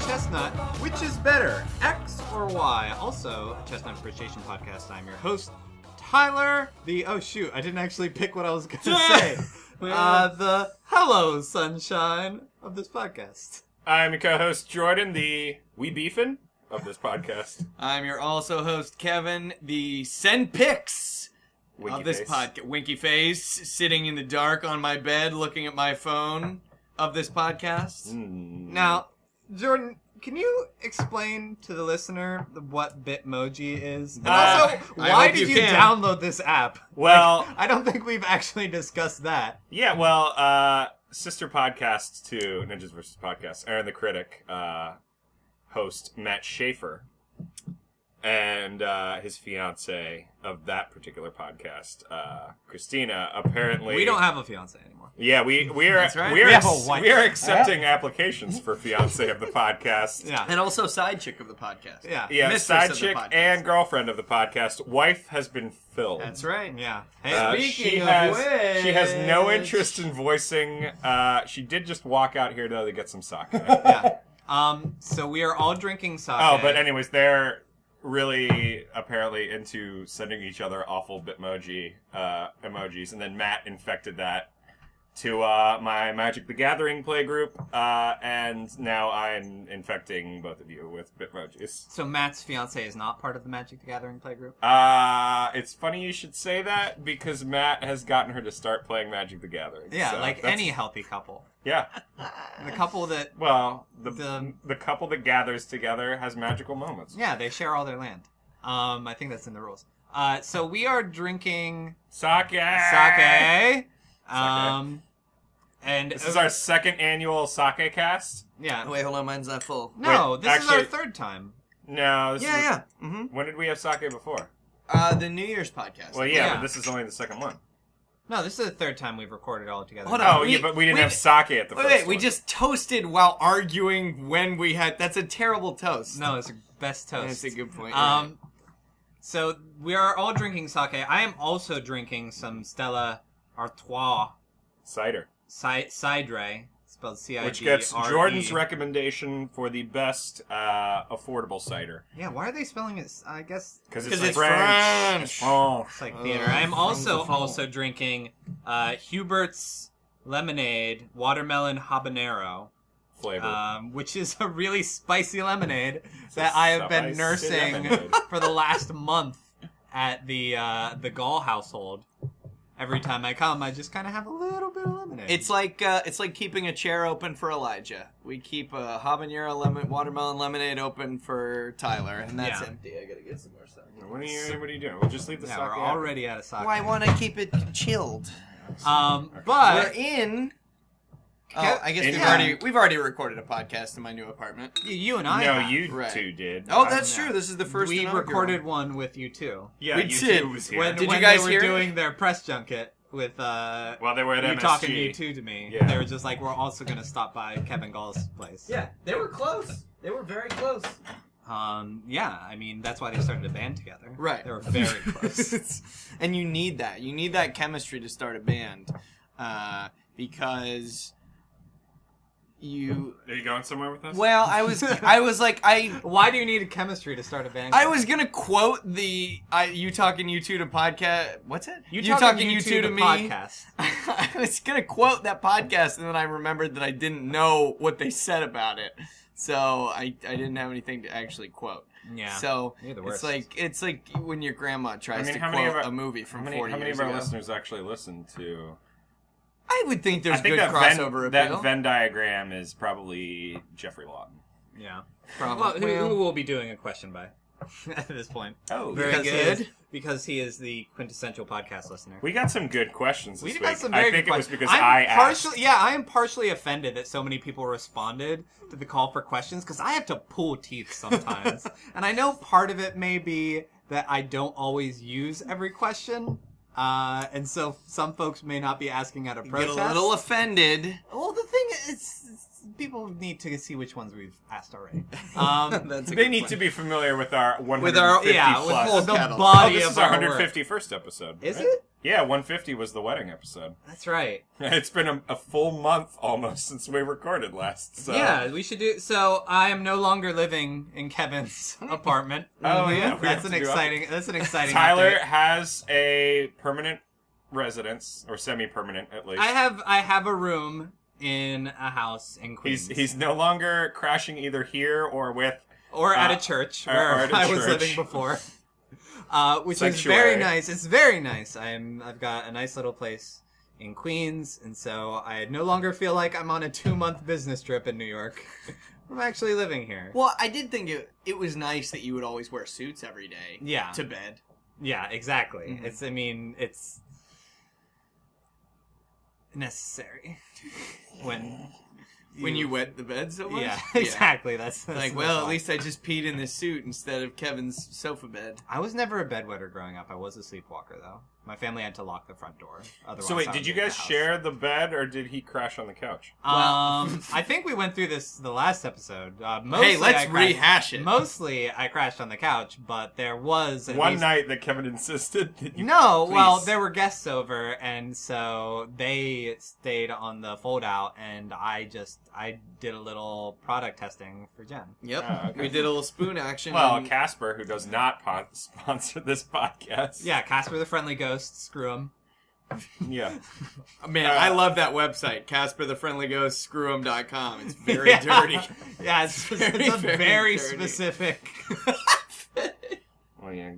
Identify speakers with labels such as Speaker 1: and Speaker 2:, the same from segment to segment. Speaker 1: Chestnut, which is better, X or Y? Also, a Chestnut Appreciation Podcast. I'm your host, Tyler. The oh shoot, I didn't actually pick what I was gonna
Speaker 2: Hey!
Speaker 1: say. Uh, the hello sunshine of this podcast.
Speaker 3: I'm your co-host Jordan, the we beefin of this podcast.
Speaker 2: I'm your also host, Kevin, the send pics
Speaker 3: Winky
Speaker 2: of this
Speaker 3: face.
Speaker 2: podcast. Winky face, sitting in the dark on my bed looking at my phone of this podcast.
Speaker 3: Mm.
Speaker 1: Now, Jordan, can you explain to the listener what Bitmoji is? And
Speaker 3: Uh,
Speaker 1: also,
Speaker 2: Ah, I
Speaker 1: why
Speaker 2: hope
Speaker 1: did
Speaker 2: you
Speaker 1: you,
Speaker 2: can.
Speaker 1: download this app?
Speaker 3: Well-
Speaker 1: I don't think we've actually discussed that.
Speaker 3: yeah, well, uh, sister podcast to Ninjas vs. Podcast, Aaron the Critic, uh, host Matt Schaefer, and uh, his fiance of that particular podcast, uh, Christina. Apparently,
Speaker 1: We don't have a fiance anymore.
Speaker 3: Yeah, we we are
Speaker 2: That's right.
Speaker 3: we are
Speaker 1: We have a
Speaker 3: ex-
Speaker 1: wife.
Speaker 3: we are accepting applications for fiance of the podcast.
Speaker 1: Yeah,
Speaker 2: And also side chick of the podcast.
Speaker 1: yeah,
Speaker 3: Yeah,
Speaker 2: Mistress
Speaker 3: side
Speaker 2: of the
Speaker 3: chick
Speaker 2: podcast.
Speaker 3: and girlfriend of the podcast. Wife has been filled.
Speaker 2: That's right.
Speaker 1: yeah.
Speaker 3: Uh,
Speaker 1: Hey,
Speaker 3: she
Speaker 2: Speaking of
Speaker 3: has
Speaker 2: which-
Speaker 3: she has no interest in voicing. Uh, she did just walk out here though to get some sake. oh,
Speaker 1: yeah. Um, so we are all drinking sake.
Speaker 3: but anyways, they're really apparently into sending each other awful bitmoji uh, emojis, and then Matt infected that to uh, my Magic the Gathering play group, uh, and now I'm infecting both of you with bitmojis.
Speaker 1: So Matt's fiance is not part of the Magic the Gathering playgroup.
Speaker 3: Uh, it's funny you should say that because Matt has gotten her to start playing Magic the Gathering.
Speaker 1: Yeah,
Speaker 3: So
Speaker 1: like
Speaker 3: that's-
Speaker 1: any healthy couple.
Speaker 3: Yeah.
Speaker 1: The couple that,
Speaker 3: Well, the,
Speaker 1: The-
Speaker 3: the couple that gathers together has magical moments.
Speaker 1: yeah, they share all their land. Um, I think that's in the rules. Uh, so we are drinking
Speaker 3: Sake. Sake.
Speaker 1: sake. Um, and
Speaker 3: This is our second annual sake cast.
Speaker 1: yeah.
Speaker 2: Wait, hold on, mine's not full.
Speaker 1: No,
Speaker 3: wait,
Speaker 1: this is our
Speaker 3: actually-
Speaker 1: third time.
Speaker 3: No. This is
Speaker 2: Yeah, yeah. hmm
Speaker 3: the- When did we have sake before?
Speaker 2: Uh, the New Year's podcast.
Speaker 3: Well, yeah,
Speaker 1: Yeah.
Speaker 3: but this is only the second one.
Speaker 1: No, this is the third time we've recorded all together.
Speaker 2: Hold on.
Speaker 3: Oh,
Speaker 2: we-
Speaker 3: yeah, but we didn't
Speaker 2: we-
Speaker 3: have sake at the
Speaker 2: Wait,
Speaker 3: first
Speaker 2: wait, we
Speaker 3: one.
Speaker 2: just toasted while arguing when we had. That's a terrible toast.
Speaker 1: No, it's the best toast.
Speaker 2: That's a good point.
Speaker 1: Um, so we are all drinking sake. I am also drinking some Stella Artois
Speaker 3: cider,
Speaker 1: ci- cidre, spelled C I D R E.
Speaker 3: which gets Jordan's recommendation for the best uh, affordable cider
Speaker 1: Yeah, why are they spelling it? s- I guess
Speaker 3: because
Speaker 2: 'Cause
Speaker 3: it's,
Speaker 2: it's
Speaker 3: French. It's French.
Speaker 1: it's like
Speaker 2: Ugh,
Speaker 1: theater. I am also
Speaker 2: wonderful.
Speaker 1: also drinking uh, Hubert's lemonade watermelon habanero.
Speaker 3: flavor.
Speaker 1: um, which is a really spicy lemonade that
Speaker 3: a
Speaker 1: I have been
Speaker 3: spicy
Speaker 1: nursing
Speaker 3: lemonade.
Speaker 1: for the last month at the uh, the Gall household. Every time I come, I just kind of have a little bit of lemonade.
Speaker 2: It's like uh, it's like keeping a chair open for Elijah. We keep a habanero lemon, watermelon lemonade open for Tyler, and that's
Speaker 1: Yeah.
Speaker 2: empty. I gotta get some more stuff.
Speaker 3: what are you? What are you doing? We'll just leave the
Speaker 1: yeah,
Speaker 3: sake.
Speaker 1: we're
Speaker 3: out.
Speaker 1: already out of sake.
Speaker 2: Well, I want to keep it chilled.
Speaker 1: Um,
Speaker 2: We're
Speaker 1: but Kev-
Speaker 2: in. Oh, I guess we've
Speaker 3: Yeah.
Speaker 2: already we've already recorded a podcast in my new apartment.
Speaker 1: y- you and I,
Speaker 3: No,
Speaker 1: have.
Speaker 3: you
Speaker 2: Right.
Speaker 3: two did.
Speaker 2: Oh,
Speaker 3: I-
Speaker 2: that's
Speaker 1: yeah.
Speaker 2: true. This is the first
Speaker 1: we
Speaker 2: inaugural.
Speaker 1: recorded one with you too.
Speaker 3: Yeah,
Speaker 2: We
Speaker 3: you
Speaker 2: did.
Speaker 3: two was here.
Speaker 1: When,
Speaker 2: Did you
Speaker 1: when
Speaker 2: guys
Speaker 1: they were
Speaker 2: hear it?
Speaker 1: doing their press junket with uh,
Speaker 3: While they were at
Speaker 1: you
Speaker 3: MSG.
Speaker 1: talking you two to me,
Speaker 3: Yeah.
Speaker 1: they were just like, "We're also gonna stop by Kevin Gall's place."
Speaker 2: Yeah, they were close. They were very close.
Speaker 1: Um, yeah, I mean that's why they started a band together.
Speaker 2: Right.
Speaker 1: They were very close.
Speaker 2: and you need that. You need that chemistry to start a band, uh, because you.
Speaker 3: Are you going somewhere with us?
Speaker 2: Well, I was I was like I
Speaker 1: why do you need chemistry to start a band?
Speaker 2: I was gonna quote the I, you talking you two to podcast. What's it?
Speaker 1: you talking, you two to,
Speaker 2: me.
Speaker 1: podcast.
Speaker 2: I was gonna quote that podcast, and then I remembered that I didn't know what they said about it, so I I didn't have anything to actually quote.
Speaker 1: Yeah.
Speaker 2: So
Speaker 1: You're the
Speaker 2: it's
Speaker 1: worst.
Speaker 2: like it's like when your grandma tries
Speaker 3: I mean,
Speaker 2: to
Speaker 3: how
Speaker 2: quote
Speaker 3: many of our-
Speaker 2: a movie from
Speaker 3: how many,
Speaker 2: 40
Speaker 3: how many
Speaker 2: years
Speaker 3: of our
Speaker 2: ago.
Speaker 3: listeners actually listen to?
Speaker 2: I would think
Speaker 3: I
Speaker 2: there's
Speaker 3: think
Speaker 2: good
Speaker 3: that
Speaker 2: crossover
Speaker 3: Venn, that
Speaker 2: appeal.
Speaker 3: Venn diagram is probably Jeffrey Lawton.
Speaker 1: yeah. Well,
Speaker 2: Probably.
Speaker 1: who, who will be doing a question by at this point?
Speaker 3: Oh,
Speaker 2: Very
Speaker 1: because
Speaker 2: good.
Speaker 1: He is, because he is the quintessential podcast listener.
Speaker 3: we got some good questions. This
Speaker 1: We
Speaker 3: week.
Speaker 1: got some very
Speaker 3: I think
Speaker 1: good
Speaker 3: it was
Speaker 1: questions.
Speaker 3: because
Speaker 1: I'm
Speaker 3: I
Speaker 1: partially,
Speaker 3: asked.
Speaker 1: Yeah, I am partially offended that so many people responded to the call for questions because I have to pull teeth sometimes, and I know part of it may be that I don't always use every question, uh, and so some folks may not be asking out of
Speaker 2: Get
Speaker 1: protest.
Speaker 2: a little offended.
Speaker 1: well, the thing is, it's- people need to see which ones we've asked already. Um,
Speaker 4: That's a
Speaker 3: They
Speaker 4: good
Speaker 3: need
Speaker 4: point.
Speaker 3: to be familiar with our 150
Speaker 4: With our-
Speaker 1: yeah, with
Speaker 3: plus.
Speaker 1: whole- the
Speaker 4: Catalog.
Speaker 3: oh,
Speaker 1: body
Speaker 3: this
Speaker 1: of
Speaker 3: is our
Speaker 1: work.
Speaker 3: 151st episode.
Speaker 1: Is
Speaker 3: right?
Speaker 1: it?
Speaker 3: Yeah, 150 was the wedding episode.
Speaker 1: That's right.
Speaker 3: It's been a, a full month almost since we recorded last. So.
Speaker 1: Yeah, we should do. So I am no longer living in Kevin's apartment.
Speaker 3: Oh, yeah, we have
Speaker 1: that's
Speaker 3: to
Speaker 1: an
Speaker 3: do
Speaker 1: exciting. That's an exciting.
Speaker 3: Tyler
Speaker 1: update.
Speaker 3: has a permanent residence or semi-permanent at least.
Speaker 1: I have I have a room in a house in Queens.
Speaker 3: he's he's no longer crashing either here or with
Speaker 1: or at
Speaker 3: Uh,
Speaker 1: a church
Speaker 3: or-
Speaker 1: where
Speaker 3: or at a
Speaker 1: I was
Speaker 3: church.
Speaker 1: living before. Uh, which is
Speaker 3: Sanctuary.
Speaker 1: very nice. It's very nice. I'm I've got a nice little place in Queens, and so I no longer feel like I'm on a two month business trip in New York. I'm actually living here.
Speaker 2: Well, I did think it it was nice that you would always wear suits every day.
Speaker 1: Yeah.
Speaker 2: To bed.
Speaker 1: yeah, exactly.
Speaker 2: Mhm.
Speaker 1: It's I mean it's necessary when
Speaker 2: When you wet the bed so much.
Speaker 1: yeah exactly that's, that's
Speaker 2: Like, well, at least I just peed in this suit instead of Kevin's sofa bed.
Speaker 1: I was never a bedwetter growing up. I was a sleepwalker though. My family had to lock the front door. Otherwise,
Speaker 3: So
Speaker 1: I
Speaker 3: wait,
Speaker 1: would
Speaker 3: did you
Speaker 1: leave the
Speaker 3: guys
Speaker 1: house.
Speaker 3: share the bed or did he crash on the couch?
Speaker 1: Um, I think we went through this the last episode. Uh, mostly
Speaker 2: Hey, let's
Speaker 1: I crashed-
Speaker 2: rehash it.
Speaker 1: Mostly, I crashed on the couch, but there was at
Speaker 3: One
Speaker 1: least-
Speaker 3: night that Kevin insisted that you
Speaker 1: No, well,
Speaker 3: Please.
Speaker 1: there were guests over, and so they stayed on the fold out, and I just I did a little product testing for Jen.
Speaker 2: Yep.
Speaker 3: Oh, okay.
Speaker 2: We did a little spoon action.
Speaker 3: well,
Speaker 2: and-
Speaker 3: Casper, who does not po- sponsor this podcast,
Speaker 1: Yeah, Casper the Friendly Ghost, screw him.
Speaker 3: yeah,
Speaker 2: man,
Speaker 3: uh,
Speaker 2: I love that website, Casper the Friendly Ghost, screwem.com. It's very
Speaker 1: Yeah.
Speaker 2: dirty.
Speaker 1: Yeah, it's, it's
Speaker 2: Very,
Speaker 1: a
Speaker 2: very
Speaker 1: very,
Speaker 2: dirty.
Speaker 1: specific.
Speaker 3: well, yeah,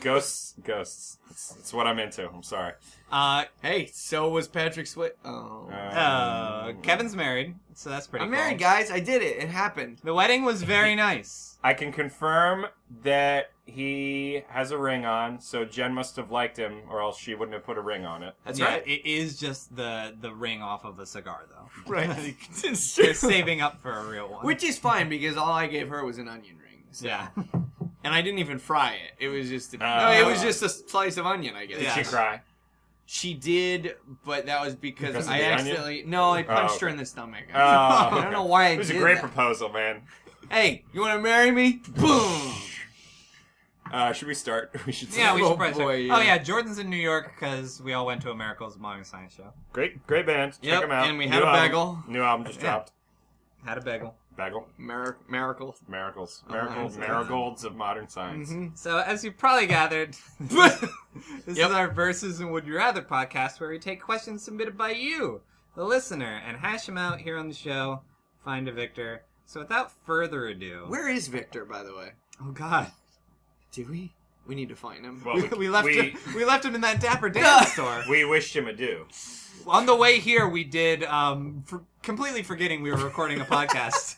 Speaker 3: ghosts, ghosts. It's, it's what I'm into. I'm sorry.
Speaker 1: Uh,
Speaker 2: Hey, so was Patrick Swayze. Oh.
Speaker 1: uh, Kevin's married, so that's pretty.
Speaker 2: I'm
Speaker 1: cool.
Speaker 2: married, guys. I did it. It happened.
Speaker 1: The wedding was very nice.
Speaker 3: I can confirm that he has a ring on, so Jen must have liked him, or else she wouldn't have put a ring on it.
Speaker 2: That's
Speaker 1: Yeah,
Speaker 2: right.
Speaker 1: It is just the the ring off of a cigar, though.
Speaker 2: Right. It's
Speaker 1: They're
Speaker 2: true.
Speaker 1: saving up for a real one.
Speaker 2: Which is fine because all I gave her was an onion ring. so-
Speaker 1: yeah,
Speaker 2: And I didn't even fry it. It was just a,
Speaker 3: Ah.
Speaker 2: no, it was just a slice of onion, I guess.
Speaker 1: Did
Speaker 3: Did she
Speaker 1: Yes.
Speaker 3: cry?
Speaker 2: She did, but that was because,
Speaker 3: Because of
Speaker 2: I
Speaker 3: the onion?
Speaker 2: accidentally no, I punched
Speaker 3: Oh.
Speaker 2: her in the stomach.
Speaker 3: Oh,
Speaker 2: I
Speaker 3: okay.
Speaker 2: don't know why I
Speaker 3: It was a
Speaker 2: did
Speaker 3: great
Speaker 2: that.
Speaker 3: proposal, man.
Speaker 2: Hey, you want to marry me? Boom.
Speaker 3: Uh, should we start? We should. Start.
Speaker 1: yeah. We
Speaker 2: Oh,
Speaker 1: should probably.
Speaker 2: boy,
Speaker 1: start-
Speaker 2: yeah.
Speaker 1: Oh yeah, Jordan's in New York because we all went to a Miracles Modern Science show.
Speaker 3: Great, great band. Check
Speaker 2: Yep,
Speaker 3: them out.
Speaker 2: and we had a
Speaker 3: album-
Speaker 2: bagel.
Speaker 3: New album just
Speaker 1: Yeah.
Speaker 3: dropped.
Speaker 1: Had a bagel.
Speaker 3: Bagel.
Speaker 2: Mir- miracle.
Speaker 3: Miracles.
Speaker 2: Oh, Mm-hmm.
Speaker 3: Miracles.
Speaker 2: that's-
Speaker 3: Marigolds of modern science.
Speaker 1: So as you probably gathered, this is our Versus and Would You Rather podcast where we take questions submitted by you, the listener, and hash them out here on the show. Find a victor. So without further ado,
Speaker 2: Where is Victor, by the way?
Speaker 1: oh god,
Speaker 2: Do we? We need to find him.
Speaker 3: Well,
Speaker 1: we,
Speaker 3: we,
Speaker 1: we left
Speaker 3: We,
Speaker 1: him, we left him in that Dapper Dance store.
Speaker 3: we wished him adieu.
Speaker 1: On the way here, we did, um, for completely forgetting we were recording a podcast,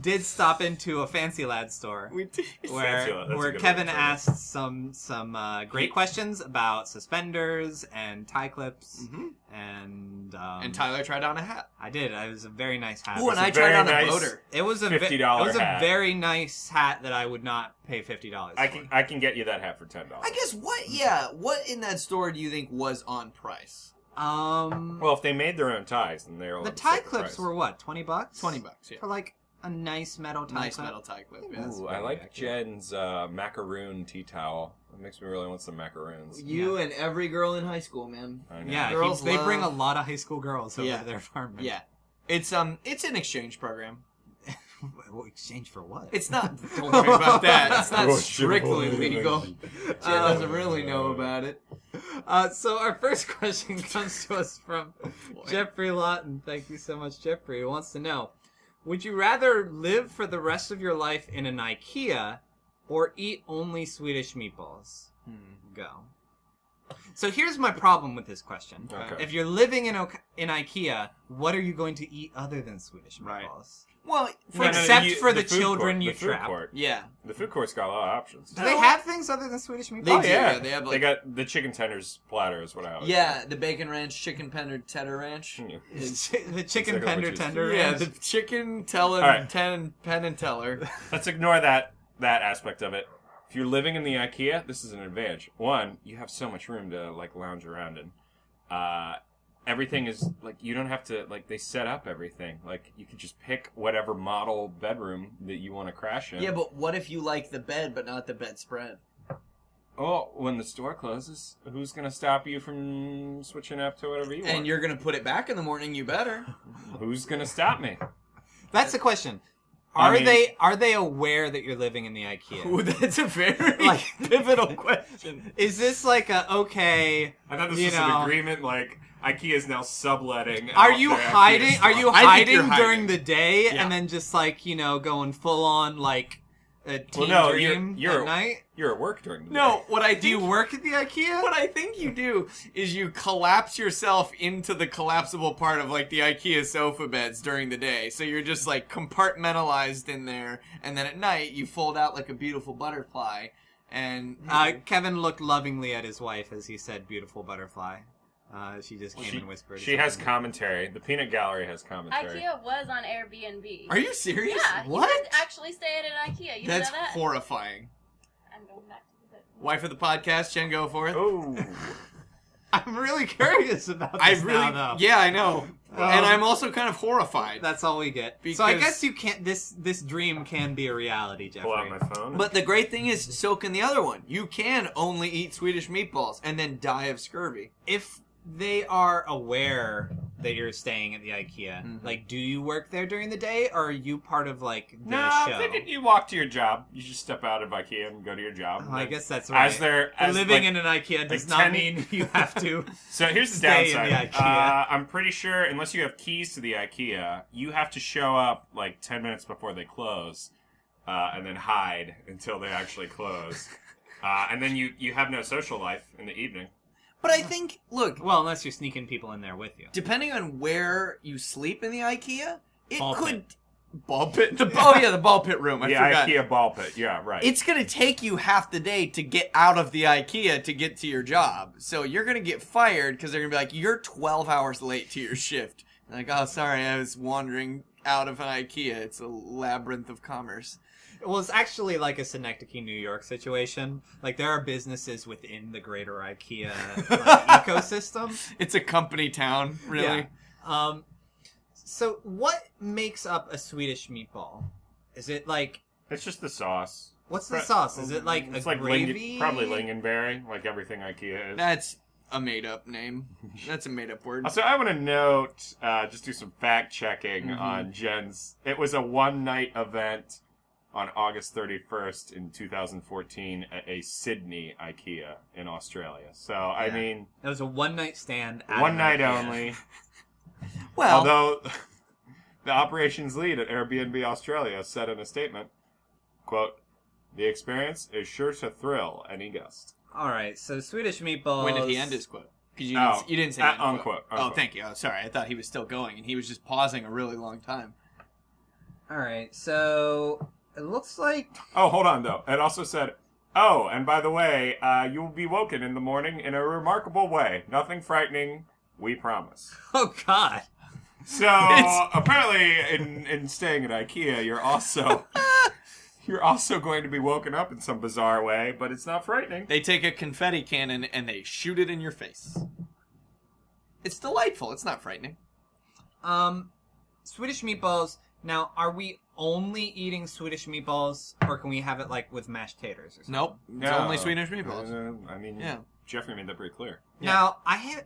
Speaker 1: did stop into a Fancy Lad store
Speaker 2: we did.
Speaker 1: where
Speaker 3: Fancy Lad, that's a
Speaker 1: where
Speaker 3: good
Speaker 1: Kevin
Speaker 3: word for it.
Speaker 1: asked some some uh, great
Speaker 3: He-
Speaker 1: questions about suspenders and tie clips,
Speaker 3: Mm-hmm.
Speaker 2: Mhm.
Speaker 3: Mm.
Speaker 1: and um,
Speaker 2: And Tyler tried on a hat.
Speaker 1: I did. I was a very nice hat.
Speaker 2: Ooh, and
Speaker 3: a
Speaker 2: I tried
Speaker 3: very
Speaker 2: on a
Speaker 3: nice-
Speaker 2: boater.
Speaker 1: it was a ve-
Speaker 3: $50
Speaker 1: It was
Speaker 3: hat.
Speaker 1: a very nice hat that I would not pay fifty dollars.
Speaker 3: I can I can get you that hat for ten dollars.
Speaker 2: I guess what? Yeah, what in that store do you think was on price?
Speaker 1: Um,
Speaker 3: Well, if they made their own ties, then they're
Speaker 1: the tie clips were what twenty bucks?
Speaker 2: Twenty bucks. Yeah.
Speaker 1: for like a nice metal tie
Speaker 2: Nice
Speaker 1: clip.
Speaker 2: metal tie clip. Yeah.
Speaker 1: That's
Speaker 3: Ooh, I
Speaker 1: pretty
Speaker 3: like
Speaker 1: accurate.
Speaker 3: Jen's uh, macaroon tea towel. It makes me really want some macaroons.
Speaker 2: You and every girl in high school, man.
Speaker 3: I know.
Speaker 1: Yeah, he-
Speaker 2: Girls
Speaker 1: they bring a
Speaker 2: love-
Speaker 1: lot of high school girls over
Speaker 2: Yeah.
Speaker 1: to their apartment.
Speaker 2: Yeah. It's um, it's an exchange program.
Speaker 1: Well, exchange for what?
Speaker 2: It's not. Don't worry about that. It's not
Speaker 3: Oh,
Speaker 2: strictly
Speaker 3: shit.
Speaker 2: legal. Jen doesn't really know about it.
Speaker 1: Uh, so our first question comes to us from Jeffrey Lawton. Thank you so much, Jeffrey. Who wants to know: Would you rather live for the rest of your life in an IKEA or eat only Swedish meatballs?
Speaker 2: Hmm.
Speaker 1: Go. So here's my problem with this question.
Speaker 3: Okay.
Speaker 1: If you're living in Ok in IKEA, what are you going to eat other than Swedish
Speaker 2: Right.
Speaker 1: meatballs?
Speaker 2: Well,
Speaker 1: For- except
Speaker 3: you-
Speaker 1: for the
Speaker 3: food
Speaker 1: children
Speaker 3: court,
Speaker 1: you
Speaker 3: the food
Speaker 1: trap.
Speaker 3: Court.
Speaker 2: yeah,
Speaker 3: The food court's got a lot of options.
Speaker 1: Do they have things other than Swedish meatballs?
Speaker 2: They
Speaker 3: oh
Speaker 2: do,
Speaker 3: yeah.
Speaker 2: yeah, they have,
Speaker 3: they
Speaker 2: like-
Speaker 3: got the chicken tenders platter is what I always
Speaker 2: yeah. The bacon ranch, chicken tender, cheddar ranch.
Speaker 3: think.
Speaker 1: the chicken
Speaker 3: Exactly what
Speaker 1: pender
Speaker 3: you
Speaker 1: tender.
Speaker 2: Yeah,
Speaker 1: ranch.
Speaker 2: the chicken teller,
Speaker 3: All right.
Speaker 2: ten pen and teller.
Speaker 3: Let's ignore that that aspect of it. If you're living in the IKEA, this is an advantage. One, you have so much room to like lounge around in. Uh, everything is like you don't have to like they set up everything. Like you could just pick whatever model bedroom that you want to crash in.
Speaker 2: Yeah, but what if you like the bed but not the bedspread?
Speaker 3: oh, when the store closes, who's gonna stop you from switching up to whatever you
Speaker 2: And
Speaker 3: want?
Speaker 2: you're gonna put it back in the morning. You better.
Speaker 3: who's gonna stop me?
Speaker 1: That's the question.
Speaker 3: I
Speaker 1: Are
Speaker 3: mean-
Speaker 1: they are they aware that you're living in the IKEA?
Speaker 2: Ooh, that's a very
Speaker 1: Like-
Speaker 2: pivotal question.
Speaker 1: Is this like a okay?
Speaker 3: I thought this
Speaker 1: You
Speaker 3: was
Speaker 1: know.
Speaker 3: an agreement. Like IKEA is now subletting.
Speaker 1: Are
Speaker 3: out
Speaker 1: you
Speaker 3: their IKEA
Speaker 1: hiding? Are you
Speaker 3: stuff.
Speaker 2: I think
Speaker 1: hiding,
Speaker 2: you're hiding.
Speaker 1: during the day
Speaker 2: Yeah.
Speaker 1: and then just like you know going full on like a teen
Speaker 3: no, you're-
Speaker 1: dream
Speaker 3: you're-
Speaker 1: at night?
Speaker 3: You're at work during the
Speaker 2: No,
Speaker 3: day.
Speaker 2: what I
Speaker 1: Do you
Speaker 2: do.
Speaker 1: work at the IKEA?
Speaker 2: What I think you do is you collapse yourself into the collapsible part of like the IKEA sofa beds during the day. So you're just like compartmentalized in there, and then at night you fold out like a beautiful butterfly. And
Speaker 1: Uh, Kevin looked lovingly at his wife as he said, "Beautiful butterfly." Uh, she just came
Speaker 3: She,
Speaker 1: and whispered.
Speaker 3: she has
Speaker 1: something.
Speaker 3: commentary. The peanut gallery has commentary.
Speaker 4: IKEA was on Airbnb.
Speaker 2: are you serious?
Speaker 4: Yeah, you
Speaker 1: What?
Speaker 4: could actually stay at an IKEA. You
Speaker 2: That's
Speaker 4: know that?
Speaker 2: horrifying.
Speaker 4: I'm going back to the bedroom.
Speaker 2: Wife of the podcast, Jen Goforth.
Speaker 3: Oh.
Speaker 1: I'm really curious about. This
Speaker 2: I really,
Speaker 1: now, though.
Speaker 2: yeah, I know, and
Speaker 1: Um,
Speaker 2: I'm also kind of horrified.
Speaker 1: That's all we get. So I
Speaker 2: Because-
Speaker 1: guess you can't. This this dream can be a reality, Jeffrey.
Speaker 3: Pull out my phone.
Speaker 2: But the great thing is, so can the other one. You can only eat Swedish meatballs and then die of scurvy.
Speaker 1: if they are aware that you're staying at the IKEA,
Speaker 2: Mhm.
Speaker 1: like, do you work there during the day, or are you part of like the
Speaker 3: no,
Speaker 1: show?
Speaker 3: I'm thinking you walk to your job. You just step out of IKEA and go to your job.
Speaker 1: Oh, I guess that's right.
Speaker 3: as they're as
Speaker 1: Living in
Speaker 3: like-
Speaker 1: an IKEA does
Speaker 3: like
Speaker 1: not
Speaker 3: 10
Speaker 1: mean you have to.
Speaker 3: So here's the
Speaker 1: Stay in
Speaker 3: downside.
Speaker 1: the
Speaker 3: Uh,
Speaker 1: IKEA.
Speaker 3: I'm pretty sure unless you have keys to the IKEA, you have to show up like ten minutes before they close, uh, and then hide until they actually close. Uh, and then you, you have no social life in the evening.
Speaker 2: But I think, look,
Speaker 1: well, unless you're sneaking people in there with you.
Speaker 2: depending on where you sleep in the IKEA, it
Speaker 1: Ball
Speaker 2: could ball pit. The oh yeah, the ball pit room. I
Speaker 3: the
Speaker 2: forgot.
Speaker 3: IKEA ball pit. Yeah, right.
Speaker 2: It's gonna take you half the day to get out of the IKEA to get to your job, so you're gonna get fired because they're gonna be like, "You're 12 hours late to your shift." Like, oh, sorry, I was wandering out of an IKEA. It's a labyrinth of commerce.
Speaker 1: Well, it's actually like a Synecdoche, New York situation. Like, there are businesses within the greater IKEA like, ecosystem.
Speaker 2: It's a company town, really.
Speaker 1: Yeah. Um, so, what makes up a Swedish meatball? Is it like
Speaker 3: It's just the sauce.
Speaker 1: What's the
Speaker 3: Pre-
Speaker 1: sauce? Is it like
Speaker 3: it's
Speaker 1: a
Speaker 3: like
Speaker 1: gravy?
Speaker 3: Lingen- probably lingonberry, like everything IKEA is.
Speaker 2: That's a made-up name. That's a made-up word.
Speaker 3: Also, I want to note, uh, just do some fact checking
Speaker 1: Mm-hmm.
Speaker 2: Mhm.
Speaker 3: on Jen's. It was a one night event on August 31st in 2014 at a Sydney IKEA in Australia. So, I
Speaker 2: Yeah.
Speaker 3: mean,
Speaker 1: It was a one night stand. at
Speaker 3: one
Speaker 1: an
Speaker 3: night
Speaker 1: IKEA.
Speaker 3: only.
Speaker 2: Well,
Speaker 3: Although the operations lead at Airbnb Australia said in a statement, quote, the experience is sure to thrill any guest.
Speaker 1: All right, so Swedish meatballs.
Speaker 2: when did he end his quote? Because you,
Speaker 3: Oh,
Speaker 2: didn't- you didn't say
Speaker 3: uh,
Speaker 2: end quote.
Speaker 3: unquote,
Speaker 2: Oh,
Speaker 3: unquote.
Speaker 2: thank you. Oh, sorry. I thought he was still going, and he was just pausing a really long time.
Speaker 1: All right, so it looks like
Speaker 3: Oh, hold on though. It also said, "Oh, and by the way, uh, you will be woken in the morning in a remarkable way. Nothing frightening, we promise."
Speaker 1: oh god,
Speaker 3: So
Speaker 2: It's-
Speaker 3: apparently, in in staying at IKEA, you're also you're also going to be woken up in some bizarre way, but it's not frightening.
Speaker 2: They take a confetti cannon and they shoot it in your face. It's delightful. It's not frightening.
Speaker 1: um, Swedish meatballs. Now, are we only eating Swedish meatballs, or can we have it like with mashed taters? Or something?
Speaker 2: Nope. It's
Speaker 3: No.
Speaker 2: only Swedish meatballs.
Speaker 3: Uh, I mean,
Speaker 2: Yeah.
Speaker 3: Jeffrey made that pretty clear.
Speaker 2: Yeah.
Speaker 1: Now, I ha-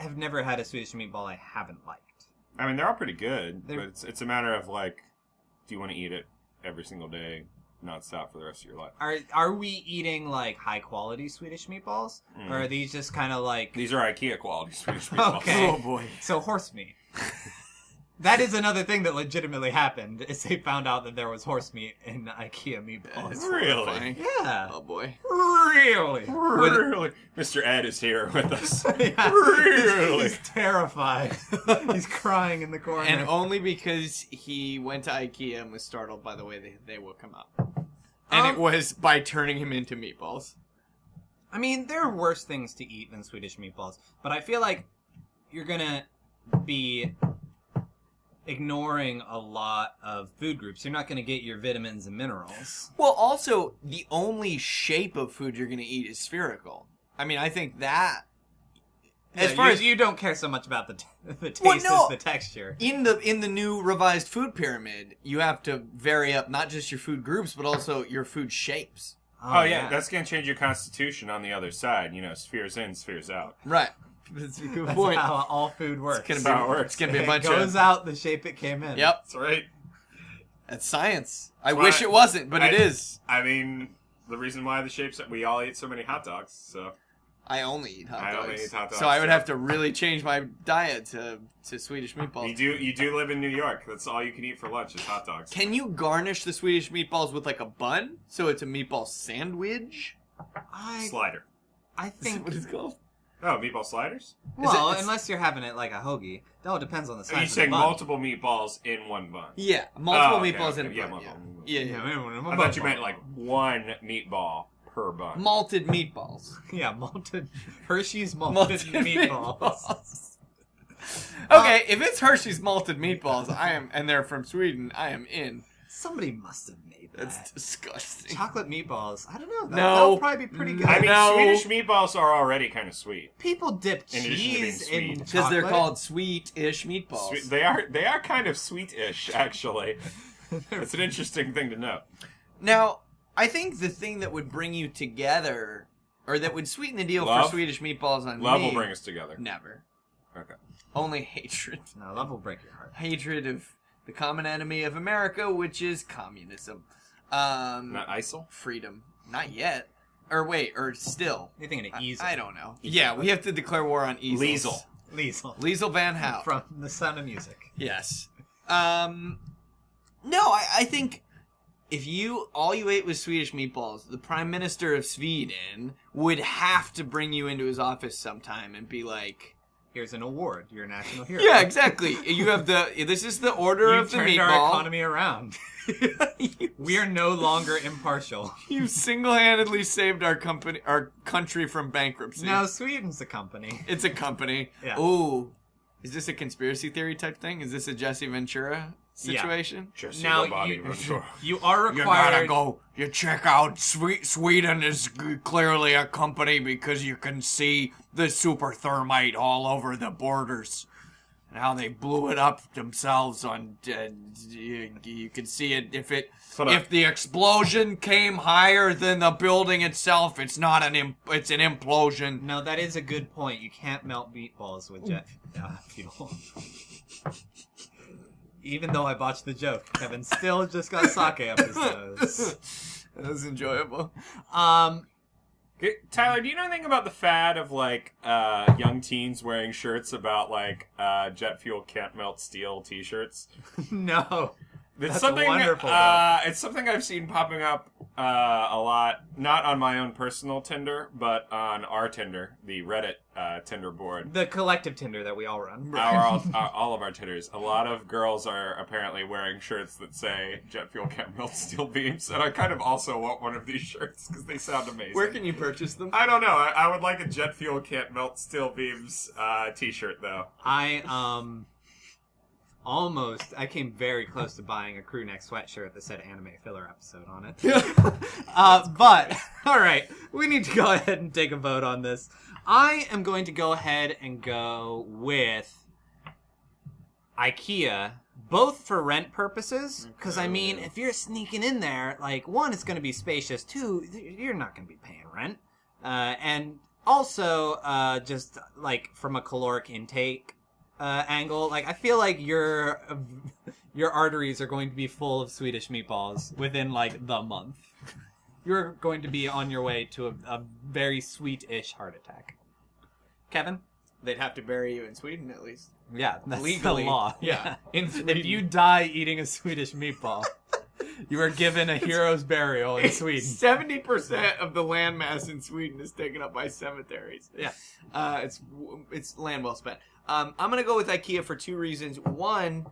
Speaker 1: have never had a Swedish meatball I haven't liked.
Speaker 3: I mean, they're all pretty good,
Speaker 1: They're-
Speaker 3: but it's it's a matter of like, do you want to eat it every single day, nonstop for the rest of your life?
Speaker 1: Are are we eating like high quality Swedish meatballs,
Speaker 3: Mm.
Speaker 1: or are these just kind of like
Speaker 3: These are IKEA quality Swedish meatballs.
Speaker 1: Okay.
Speaker 2: Oh boy.
Speaker 1: So horse meat. that is another thing that legitimately happened is they found out that there was horse meat in IKEA meatballs.
Speaker 3: It's really?
Speaker 2: horrifying.
Speaker 1: Yeah.
Speaker 2: Oh boy.
Speaker 1: Really?
Speaker 3: Really? Mr. Ed is here with us.
Speaker 1: Yeah.
Speaker 3: Really?
Speaker 1: He's terrified. He's crying in the corner.
Speaker 2: And only because he went to IKEA and was startled by the way they, they woke him up. And it
Speaker 1: Um,
Speaker 2: was by turning him into meatballs.
Speaker 1: I mean, there are worse things to eat than Swedish meatballs, but I feel like you're gonna be ignoring a lot of food groups. You're not gonna get your vitamins and minerals.
Speaker 2: Well, also, the only shape of food you're going to eat is spherical. I mean, I think that as
Speaker 1: Yeah,
Speaker 2: far
Speaker 1: you,
Speaker 2: as
Speaker 1: you don't care so much about the t- the taste
Speaker 2: Well, no.
Speaker 1: as the texture.
Speaker 2: in the in the new revised food pyramid, you have to vary up not just your food groups but also your food shapes.
Speaker 3: Oh, yeah, that's gonna change your constitution on the other side. You know, spheres in, spheres out.
Speaker 2: Right. That's a good
Speaker 1: That's
Speaker 2: point.
Speaker 1: how all food works.
Speaker 2: It's gonna
Speaker 3: how it
Speaker 2: be
Speaker 3: works.
Speaker 2: it's gonna be a
Speaker 1: It
Speaker 2: bunch
Speaker 1: goes
Speaker 2: of
Speaker 1: out the shape it came in.
Speaker 2: yep.
Speaker 3: That's right.
Speaker 2: That's science. I
Speaker 3: why
Speaker 2: wish
Speaker 3: I-
Speaker 2: it wasn't, but it
Speaker 3: I-
Speaker 2: is.
Speaker 3: I mean, the reason why the shapes we all eat so many hot dogs. So
Speaker 2: I only eat hot
Speaker 3: I
Speaker 2: dogs.
Speaker 3: only eat hot
Speaker 2: So
Speaker 3: dogs,
Speaker 2: I would
Speaker 3: so-
Speaker 2: have to really change my diet to, to Swedish meatballs.
Speaker 3: you do you do live in New York. That's all you can eat for lunch is hot dogs.
Speaker 2: Can you garnish the Swedish meatballs with like a bun? So it's a meatball sandwich?
Speaker 1: I,
Speaker 3: Slider.
Speaker 1: I
Speaker 2: Is that
Speaker 1: think.
Speaker 2: what it's called?
Speaker 3: Oh, meatball sliders.
Speaker 1: Well,
Speaker 2: it's-
Speaker 1: unless you're having it like a hoagie. That all depends on the
Speaker 3: Are
Speaker 1: size
Speaker 3: you
Speaker 1: of the
Speaker 3: saying
Speaker 1: bun.
Speaker 3: multiple meatballs in one bun?
Speaker 2: Yeah. Multiple
Speaker 3: Oh, okay,
Speaker 2: meatballs
Speaker 3: okay,
Speaker 2: in a
Speaker 3: yeah,
Speaker 2: bun. Yeah.
Speaker 3: multiple.
Speaker 2: Yeah,
Speaker 1: Yeah,
Speaker 2: yeah.
Speaker 1: I mean,
Speaker 3: I thought you meant like one meatball per bun.
Speaker 2: Malted
Speaker 3: Uh,
Speaker 2: meatballs.
Speaker 1: yeah, malted Hershey's malted,
Speaker 2: Malted
Speaker 1: meatballs.
Speaker 2: meatballs. okay, if it's Hershey's malted meatballs, I am and they're from Sweden, I am in.
Speaker 1: Somebody must have made that.
Speaker 3: Uh,
Speaker 2: That's disgusting.
Speaker 1: Chocolate meatballs. I don't know. That,
Speaker 2: No.
Speaker 1: that'll probably be pretty good.
Speaker 3: I mean,
Speaker 2: No.
Speaker 3: Swedish meatballs are already kind of sweet.
Speaker 1: people dip
Speaker 3: In addition to being
Speaker 1: cheese in
Speaker 3: sweet.
Speaker 1: chocolate
Speaker 2: Because they're called sweet-ish meatballs.
Speaker 3: Sweet, they are they are kind of sweetish, actually. It's an interesting thing to know.
Speaker 2: Now, I think the thing that would bring you together, or that would sweeten the deal
Speaker 3: Love?
Speaker 2: for Swedish meatballs on
Speaker 3: Love
Speaker 2: me,
Speaker 3: will bring us together.
Speaker 2: never.
Speaker 3: Okay.
Speaker 2: Only hatred.
Speaker 1: No, love will break your heart.
Speaker 2: Hatred of the common enemy of America, which is communism. Um,
Speaker 3: Not ISIL.
Speaker 2: freedom. Not yet. Or wait, or still.
Speaker 1: You're thinking of
Speaker 2: I-
Speaker 1: Easel.
Speaker 2: I, don't know. Yeah, we have to declare war on easels.
Speaker 3: Liesel.
Speaker 1: Liesel.
Speaker 2: Liesel Van Hout.
Speaker 1: From The Sound of Music.
Speaker 2: Yes. Um, no, I, I think if you all you ate was Swedish meatballs, the prime minister of Sweden would have to bring you into his office sometime and be like,
Speaker 1: Here's an award. You're a national hero.
Speaker 2: "Yeah, exactly. You have the this is the order
Speaker 1: You
Speaker 2: of the
Speaker 1: turned
Speaker 2: meatball.
Speaker 1: our economy around. we are no longer impartial.
Speaker 2: you single-handedly saved our company, our country from bankruptcy.
Speaker 1: Now Sweden's a company.
Speaker 2: it's a company.
Speaker 1: Yeah.
Speaker 2: Ooh, is this a conspiracy theory type thing? Is this a Jesse Ventura
Speaker 1: Yeah.
Speaker 2: situation?
Speaker 3: Just
Speaker 1: now
Speaker 3: your body,
Speaker 1: you,
Speaker 3: I'm sure.
Speaker 1: you are
Speaker 2: You
Speaker 1: required.
Speaker 2: gotta go. You check out Sweet Sweden is g- clearly a company because you can see the super thermite all over the borders and how they blew it up themselves. On uh, you, you can see it if it
Speaker 3: Hold on.
Speaker 2: if the explosion came higher than the building itself, it's not an imp- it's an implosion.
Speaker 1: No, that is a good point. You can't melt meatballs with jet uh, fuel. Even though I botched the joke, Kevin still just got sake up his nose.
Speaker 2: That was enjoyable.
Speaker 1: Um,
Speaker 3: Okay, Tyler, do you know anything about the fad of like uh, young teens wearing shirts about like uh, jet fuel can't melt steel T-shirts?
Speaker 1: no.
Speaker 3: It's
Speaker 1: That's
Speaker 3: something.
Speaker 1: wonderful,
Speaker 3: uh, it's something I've seen popping up uh, a lot, not on my own personal Tinder, but on our Tinder, the Reddit uh, Tinder board.
Speaker 1: The collective Tinder that we all run.
Speaker 3: Our, all, our, all of our Tinders. A lot of girls are apparently wearing shirts that say "Jet fuel can't melt steel beams," and I kind of also want one of these shirts because they sound amazing.
Speaker 2: you purchase them?
Speaker 3: I don't know. I, I would like a jet fuel can't melt steel beams uh, T-shirt though.
Speaker 1: I, um, almost, I came very close to buying a crew neck sweatshirt that said anime filler episode on it. Uh, but all right, we need to go ahead and take a vote on this. I am going to go ahead and go with IKEA, both for rent purposes. Because I mean, if you're sneaking in there, like one, it's going to be spacious. Two, you're not going to be paying rent, uh, and also uh, just like from a caloric intake uh, angle, like I feel like your your arteries are going to be full of Swedish meatballs within like the month. You're going to be on your way to a, a very sweet-ish heart attack. Kevin?
Speaker 2: They'd have to bury you in Sweden at least.
Speaker 1: Yeah, that's
Speaker 2: Legally,
Speaker 1: the law.
Speaker 2: yeah.
Speaker 1: In- if you die eating a Swedish meatball, you are given a hero's burial in Sweden.
Speaker 2: Seventy percent of the landmass in Sweden is taken up by cemeteries.
Speaker 1: Yeah.
Speaker 2: uh, it's it's land well spent. Um, I'm gonna go with IKEA for two reasons. One,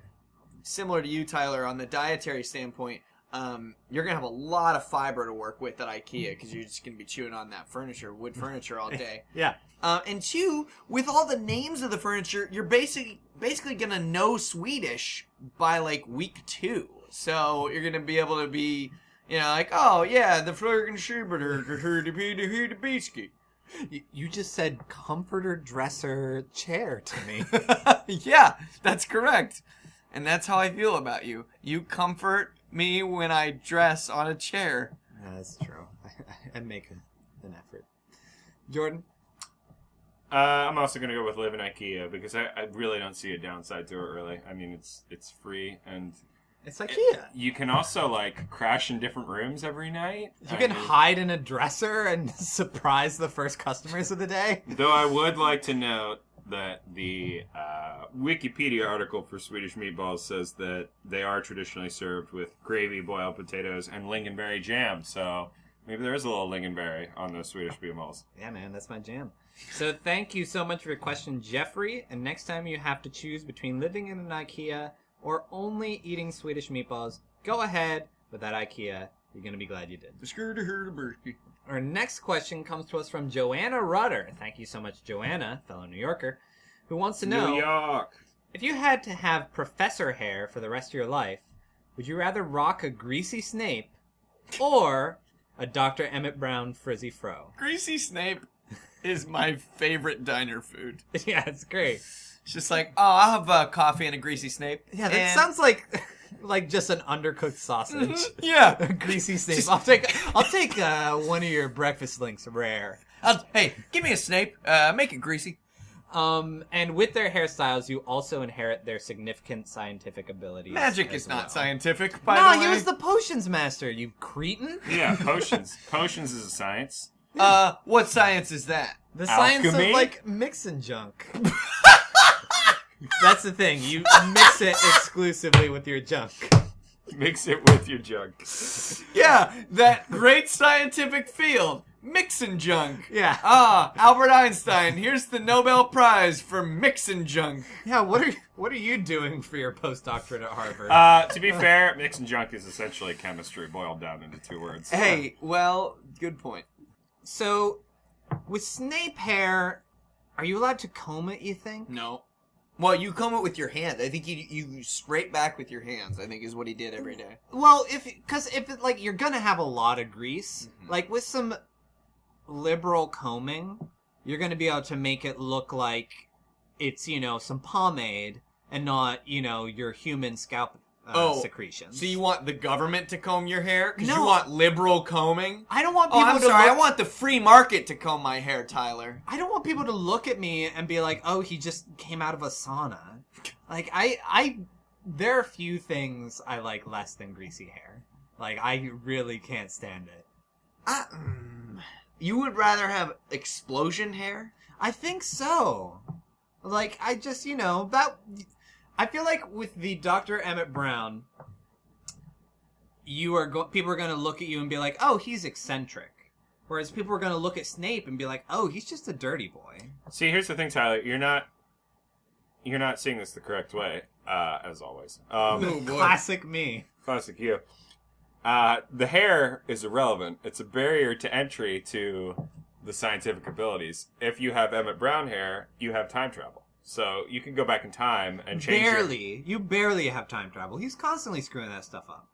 Speaker 2: similar to you, Tyler, on the dietary standpoint, um, you're gonna have a lot of fiber to work with at IKEA because you're just gonna be chewing on that furniture, wood furniture, all day.
Speaker 1: Yeah.
Speaker 2: Uh, and two, with all the names of the furniture, you're basically basically gonna know Swedish by like week two. So you're gonna be able to be, you know, like, oh yeah, the Flurgen Schubert,
Speaker 1: You, you just said comforter, dresser, chair to me.
Speaker 2: yeah, that's correct. And that's how I feel about you. You comfort me when I dress on a chair.
Speaker 1: That's true. I, make an effort. Jordan?
Speaker 3: Uh, I'm also gonna go with live in IKEA because I, I really don't see a downside to it. Really, I mean it's it's free and
Speaker 1: It's IKEA.
Speaker 3: you can also like crash in different rooms every night.
Speaker 1: You
Speaker 3: I
Speaker 1: can
Speaker 3: mean,
Speaker 1: hide in a dresser and surprise the first customers of the day.
Speaker 3: Though I would like to note that the uh, Wikipedia article for Swedish meatballs says that they are traditionally served with gravy, boiled potatoes, and lingonberry jam. So maybe there is a little lingonberry on those Swedish meatballs.
Speaker 1: Yeah, man, that's my jam. So thank you so much for your question, Jeffrey. And next time you have to choose between living in an IKEA or only eating Swedish meatballs, go ahead with that IKEA. You're gonna be glad you did. Our next question comes to us from Joanna Rutter. Thank you so much, Joanna, fellow New Yorker, who wants to know
Speaker 3: New York.
Speaker 1: if you had to have professor hair for the rest of your life, would you rather rock a greasy Snape or a Dr. Emmett Brown frizzy fro?
Speaker 2: Greasy Snape is my favorite diner food.
Speaker 1: yeah, it's great.
Speaker 2: It's just like, oh, I'll have a coffee and a Greasy Snape.
Speaker 1: Yeah, that
Speaker 2: And-
Speaker 1: sounds like like just an undercooked sausage.
Speaker 2: Yeah.
Speaker 1: A Greasy Snape. I'll take I'll take uh, one of your breakfast links, rare.
Speaker 2: I'll, hey, give me a Snape. Uh, make it greasy.
Speaker 1: Um, and with their hairstyles, you also inherit their significant scientific abilities.
Speaker 2: Magic
Speaker 1: as
Speaker 2: is not
Speaker 1: well.
Speaker 2: scientific, by
Speaker 1: no,
Speaker 2: the way.
Speaker 1: he was the potions master. You cretin.
Speaker 3: Yeah, potions. potions is a science.
Speaker 2: Uh, what science is that?
Speaker 1: The science of
Speaker 3: Alchemy?
Speaker 1: like mixing junk. That's the thing. You mix it exclusively with your junk.
Speaker 3: Mix it with your junk.
Speaker 2: Yeah, that great scientific field, mixin' junk.
Speaker 1: Yeah. Uh,
Speaker 2: Ah, Albert Einstein, here's the Nobel Prize for mixin' junk.
Speaker 1: Yeah. What are you, what are you doing for your postdoctorate at Harvard?
Speaker 3: Uh, to be fair, mix and junk is essentially chemistry boiled down into two words.
Speaker 2: Hey, well, good point.
Speaker 1: So, with Snape hair, are you allowed to comb it? You think?
Speaker 2: No. Well, you comb it with your hand. I think you you scrape back with your hands. I think is what he did every day.
Speaker 1: Well, if because if it, like you're gonna have a lot of grease,
Speaker 2: Mm-hmm.
Speaker 1: like with some liberal combing, you're gonna be able to make it look like it's you know some pomade and not you know your human scalp uh,
Speaker 2: Oh,
Speaker 1: secretions.
Speaker 2: So you want the government to comb your hair? Because
Speaker 1: No.
Speaker 2: you want liberal combing?
Speaker 1: I don't want
Speaker 2: Oh,
Speaker 1: people
Speaker 2: I'm
Speaker 1: to.
Speaker 2: sorry.
Speaker 1: look-
Speaker 2: I want the free market to comb my hair, Tyler.
Speaker 1: I don't want people to look at me and be like, "Oh, he just came out of a sauna." Like I I there are few things I like less than greasy hair. Like I really can't stand it.
Speaker 2: I, Uh, mm. you would rather have explosion hair?
Speaker 1: I think so. Like I just, you know, that I feel like with the Dr. Emmett Brown you are go- people are going to look at you and be like, "Oh, he's eccentric." Whereas people are going to look at Snape and be like, "Oh, he's just a dirty boy."
Speaker 3: Uh, See, here's the thing, Tyler. You're not you're not seeing this the correct way, uh, as always. Um,
Speaker 2: Oh, boy.
Speaker 1: Classic me.
Speaker 3: classic you. Uh, the hair is irrelevant. It's a barrier to entry to the scientific abilities. If you have Emmett Brown hair, you have time travel. So you can go back in time and change. your-
Speaker 1: barely. You barely have time travel. He's constantly screwing that stuff up.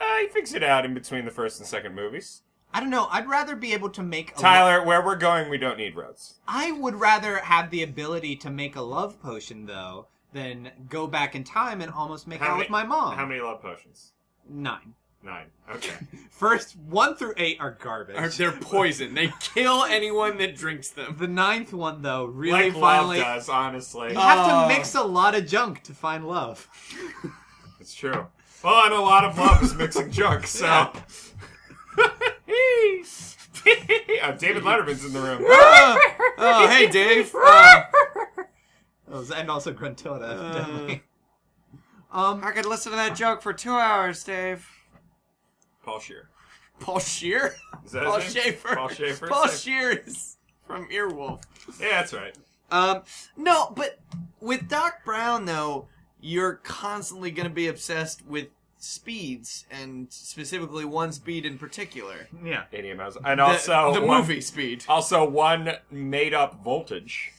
Speaker 3: Uh, he figures it out in between the first and second movies.
Speaker 1: I don't know. I'd rather be able to make a
Speaker 3: Tyler, where we're going, we don't need roads.
Speaker 1: I would rather have the ability to make a love potion though than go back in time and almost make out with my mom.
Speaker 3: How many love potions?
Speaker 1: Nine.
Speaker 3: Nine. Okay.
Speaker 1: First one through eight are garbage.
Speaker 2: Are- They're poison. They kill anyone that drinks them.
Speaker 1: the ninth one though really
Speaker 3: like
Speaker 1: finally Uh.
Speaker 3: love does, honestly.
Speaker 1: you have to
Speaker 2: Oh.
Speaker 1: mix a lot of junk to find love.
Speaker 3: It's true. Well, and a lot of love is mixing junk, so.
Speaker 1: Yeah.
Speaker 3: Uh, David Letterman's in the room.
Speaker 2: Oh, hey, Dave. Uh,
Speaker 1: Those- And also Gruntilda,
Speaker 3: Uh.
Speaker 1: evidently. Um,
Speaker 2: I could listen to that joke for two hours, Dave.
Speaker 3: Paul Shear.
Speaker 2: Paul Shear?
Speaker 3: Is that
Speaker 2: Paul
Speaker 3: his name?
Speaker 2: Schaefer.
Speaker 3: Paul Schaefer.
Speaker 2: Paul
Speaker 3: Same-
Speaker 2: Shear is from Earwolf.
Speaker 3: Yeah, that's right.
Speaker 2: Um, no, but with Doc Brown, though, you're constantly going to be obsessed with speeds, and specifically one speed in particular.
Speaker 1: yeah.
Speaker 3: 80 miles. And
Speaker 2: The-
Speaker 3: also.
Speaker 2: the
Speaker 3: one,
Speaker 2: movie speed.
Speaker 3: Also, one made up voltage,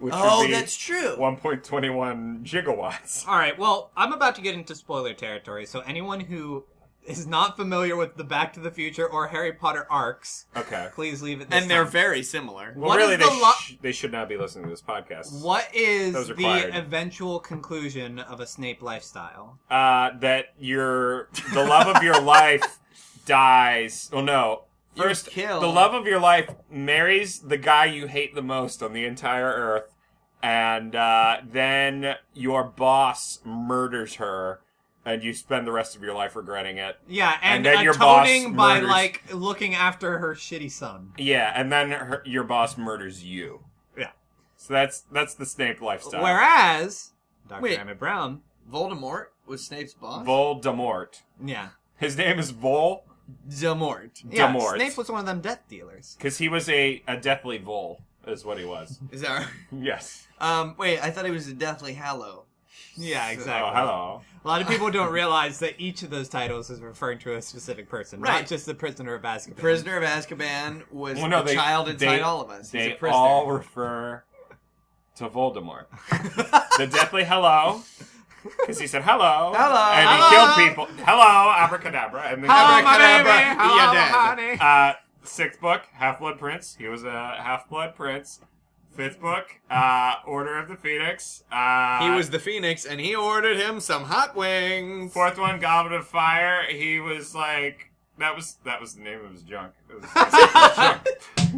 Speaker 3: which
Speaker 2: Oh,
Speaker 3: would be
Speaker 2: that's true.
Speaker 3: 1.21 gigawatts.
Speaker 1: All right. Well, I'm about to get into spoiler territory, so anyone who is not familiar with the Back to the Future or Harry Potter arcs,
Speaker 3: Okay.
Speaker 1: please leave it. This
Speaker 2: and they're
Speaker 1: time.
Speaker 2: very similar.
Speaker 3: Well,
Speaker 1: What
Speaker 3: really,
Speaker 1: is
Speaker 3: they,
Speaker 1: the lo-
Speaker 3: sh- they should not be listening to this podcast.
Speaker 1: What is
Speaker 3: Those are
Speaker 1: the
Speaker 3: fired.
Speaker 1: eventual conclusion of a Snape lifestyle?
Speaker 3: Uh, that your the love of your life dies. Oh no.
Speaker 2: You're
Speaker 3: First,
Speaker 2: killed.
Speaker 3: the love of your life marries the guy you hate the most on the entire earth, and uh, then your boss murders her, and you spend the rest of your life regretting it.
Speaker 1: Yeah, and,
Speaker 3: And then your boss
Speaker 1: atoning by
Speaker 3: murders-
Speaker 1: like looking after her shitty son.
Speaker 3: Yeah, and then her, your boss murders you.
Speaker 1: Yeah.
Speaker 3: So that's that's the Snape lifestyle.
Speaker 1: Whereas Dr.
Speaker 2: Wait.
Speaker 1: Emmett Brown,
Speaker 2: Voldemort was Snape's boss.
Speaker 3: Voldemort.
Speaker 1: yeah,
Speaker 3: His name is Vol
Speaker 2: Voldemort.
Speaker 1: yeah,
Speaker 3: Demort.
Speaker 1: Snape was one of them death dealers.
Speaker 3: because he was a a deathly Vol is what he was.
Speaker 2: Is that right?
Speaker 3: yes.
Speaker 2: Um, wait, I thought it was a Deathly Hallow.
Speaker 1: Yeah, exactly.
Speaker 3: Oh, hello.
Speaker 1: A lot of people don't realize that each of those titles is referring to a specific person,
Speaker 2: Right.
Speaker 1: not just the prisoner of Azkaban.
Speaker 2: Prisoner of Azkaban was
Speaker 3: Well, no,
Speaker 2: the
Speaker 3: they-
Speaker 2: child inside
Speaker 3: they-
Speaker 2: all of us. He's
Speaker 3: They
Speaker 2: a prisoner.
Speaker 3: all refer to Voldemort. the deathly hello, because he said hello,
Speaker 2: Hello.
Speaker 3: and
Speaker 1: Hello.
Speaker 3: he killed people. Hello, abracadabra, and then
Speaker 1: Hello, Oh, my
Speaker 2: Abracadabra,
Speaker 1: baby.
Speaker 2: be your
Speaker 1: Hello,
Speaker 2: dad.
Speaker 1: honey.
Speaker 3: Uh, sixth book, Half Blood Prince. He was a Half Blood Prince. Fifth book, uh, Order of the Phoenix. Uh,
Speaker 2: He was the Phoenix, and he ordered him some hot wings.
Speaker 3: fourth one, Goblet of Fire. He was like that was that was the name of his junk. It was-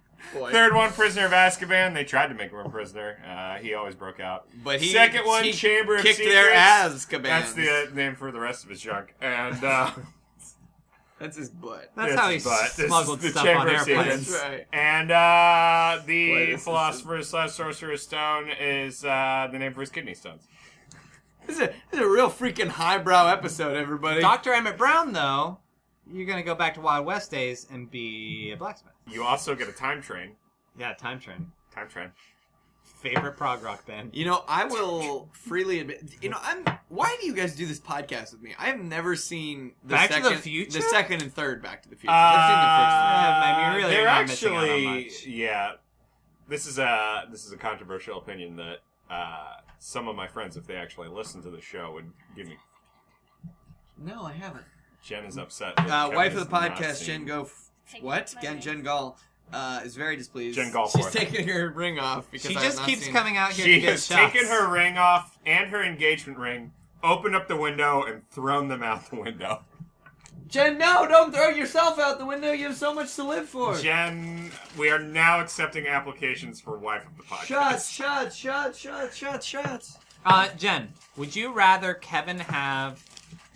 Speaker 2: Boy.
Speaker 3: Third one, Prisoner of Azkaban. They tried to make him a prisoner. Uh, he always broke out.
Speaker 2: But he
Speaker 3: Second one,
Speaker 2: he
Speaker 3: Chamber of
Speaker 2: kicked
Speaker 3: Secrets.
Speaker 2: their Azkaban.
Speaker 3: That's the uh, name for the rest of his junk. And uh,
Speaker 2: That's his butt.
Speaker 1: That's
Speaker 3: this
Speaker 1: how he
Speaker 3: is- but this is
Speaker 1: smuggled
Speaker 3: the
Speaker 1: stuff on
Speaker 3: Chamber of
Speaker 1: airplanes.
Speaker 3: Secrets.
Speaker 2: That's right.
Speaker 3: and uh, the
Speaker 2: Boy, this is-
Speaker 3: Philosopher's slash Sorcerer's Stone is uh, the name for his kidney stones.
Speaker 2: This is, a, this is a real freaking highbrow episode, everybody.
Speaker 1: Dr. Emmett Brown, though, you're gonna go back to Wild West days and be a blacksmith.
Speaker 3: You also get a time train.
Speaker 1: Yeah, Time Train,
Speaker 3: Time train.
Speaker 1: favorite prog rock band.
Speaker 2: You know, I will freely admit. You know, I'm. Why do you guys do this podcast with me? I have never seen the
Speaker 1: Back to
Speaker 2: second,
Speaker 1: the Future?
Speaker 2: second and third Back to the Future. I've
Speaker 1: one. Yeah, I mean,
Speaker 3: Uh,
Speaker 1: really,
Speaker 3: they're
Speaker 1: you're not missing out on
Speaker 3: actually
Speaker 1: much.
Speaker 3: yeah. This is a this is a controversial opinion that uh, some of my friends, if they actually listen to the show, would give me.
Speaker 2: seen the first. No, I haven't.
Speaker 3: Jen is upset.
Speaker 2: Uh,
Speaker 3: that
Speaker 2: wife
Speaker 3: Kevin
Speaker 2: of the
Speaker 3: has not
Speaker 2: podcast,
Speaker 3: seen-
Speaker 2: Jen Go. F-
Speaker 4: Take
Speaker 2: what?
Speaker 4: my
Speaker 2: Gen,
Speaker 4: ring.
Speaker 2: Jen Gall uh, is very displeased.
Speaker 3: Jen Gall
Speaker 2: She's
Speaker 3: Forth.
Speaker 2: taking her ring off because
Speaker 1: She
Speaker 2: I have
Speaker 1: just
Speaker 2: not
Speaker 1: keeps
Speaker 2: seen it.
Speaker 1: coming out here
Speaker 3: She
Speaker 1: to get
Speaker 3: has
Speaker 1: shots.
Speaker 3: taken her ring off and her engagement ring, opened up the window, and thrown them out the window.
Speaker 2: Jen, no! Don't throw yourself out the window. You have so much to live for.
Speaker 3: Jen, we are now accepting applications for wife of the podcast.
Speaker 2: Shots! Shots! Shots! Shots! Shots! Shots!
Speaker 1: Uh, Jen, would you rather Kevin have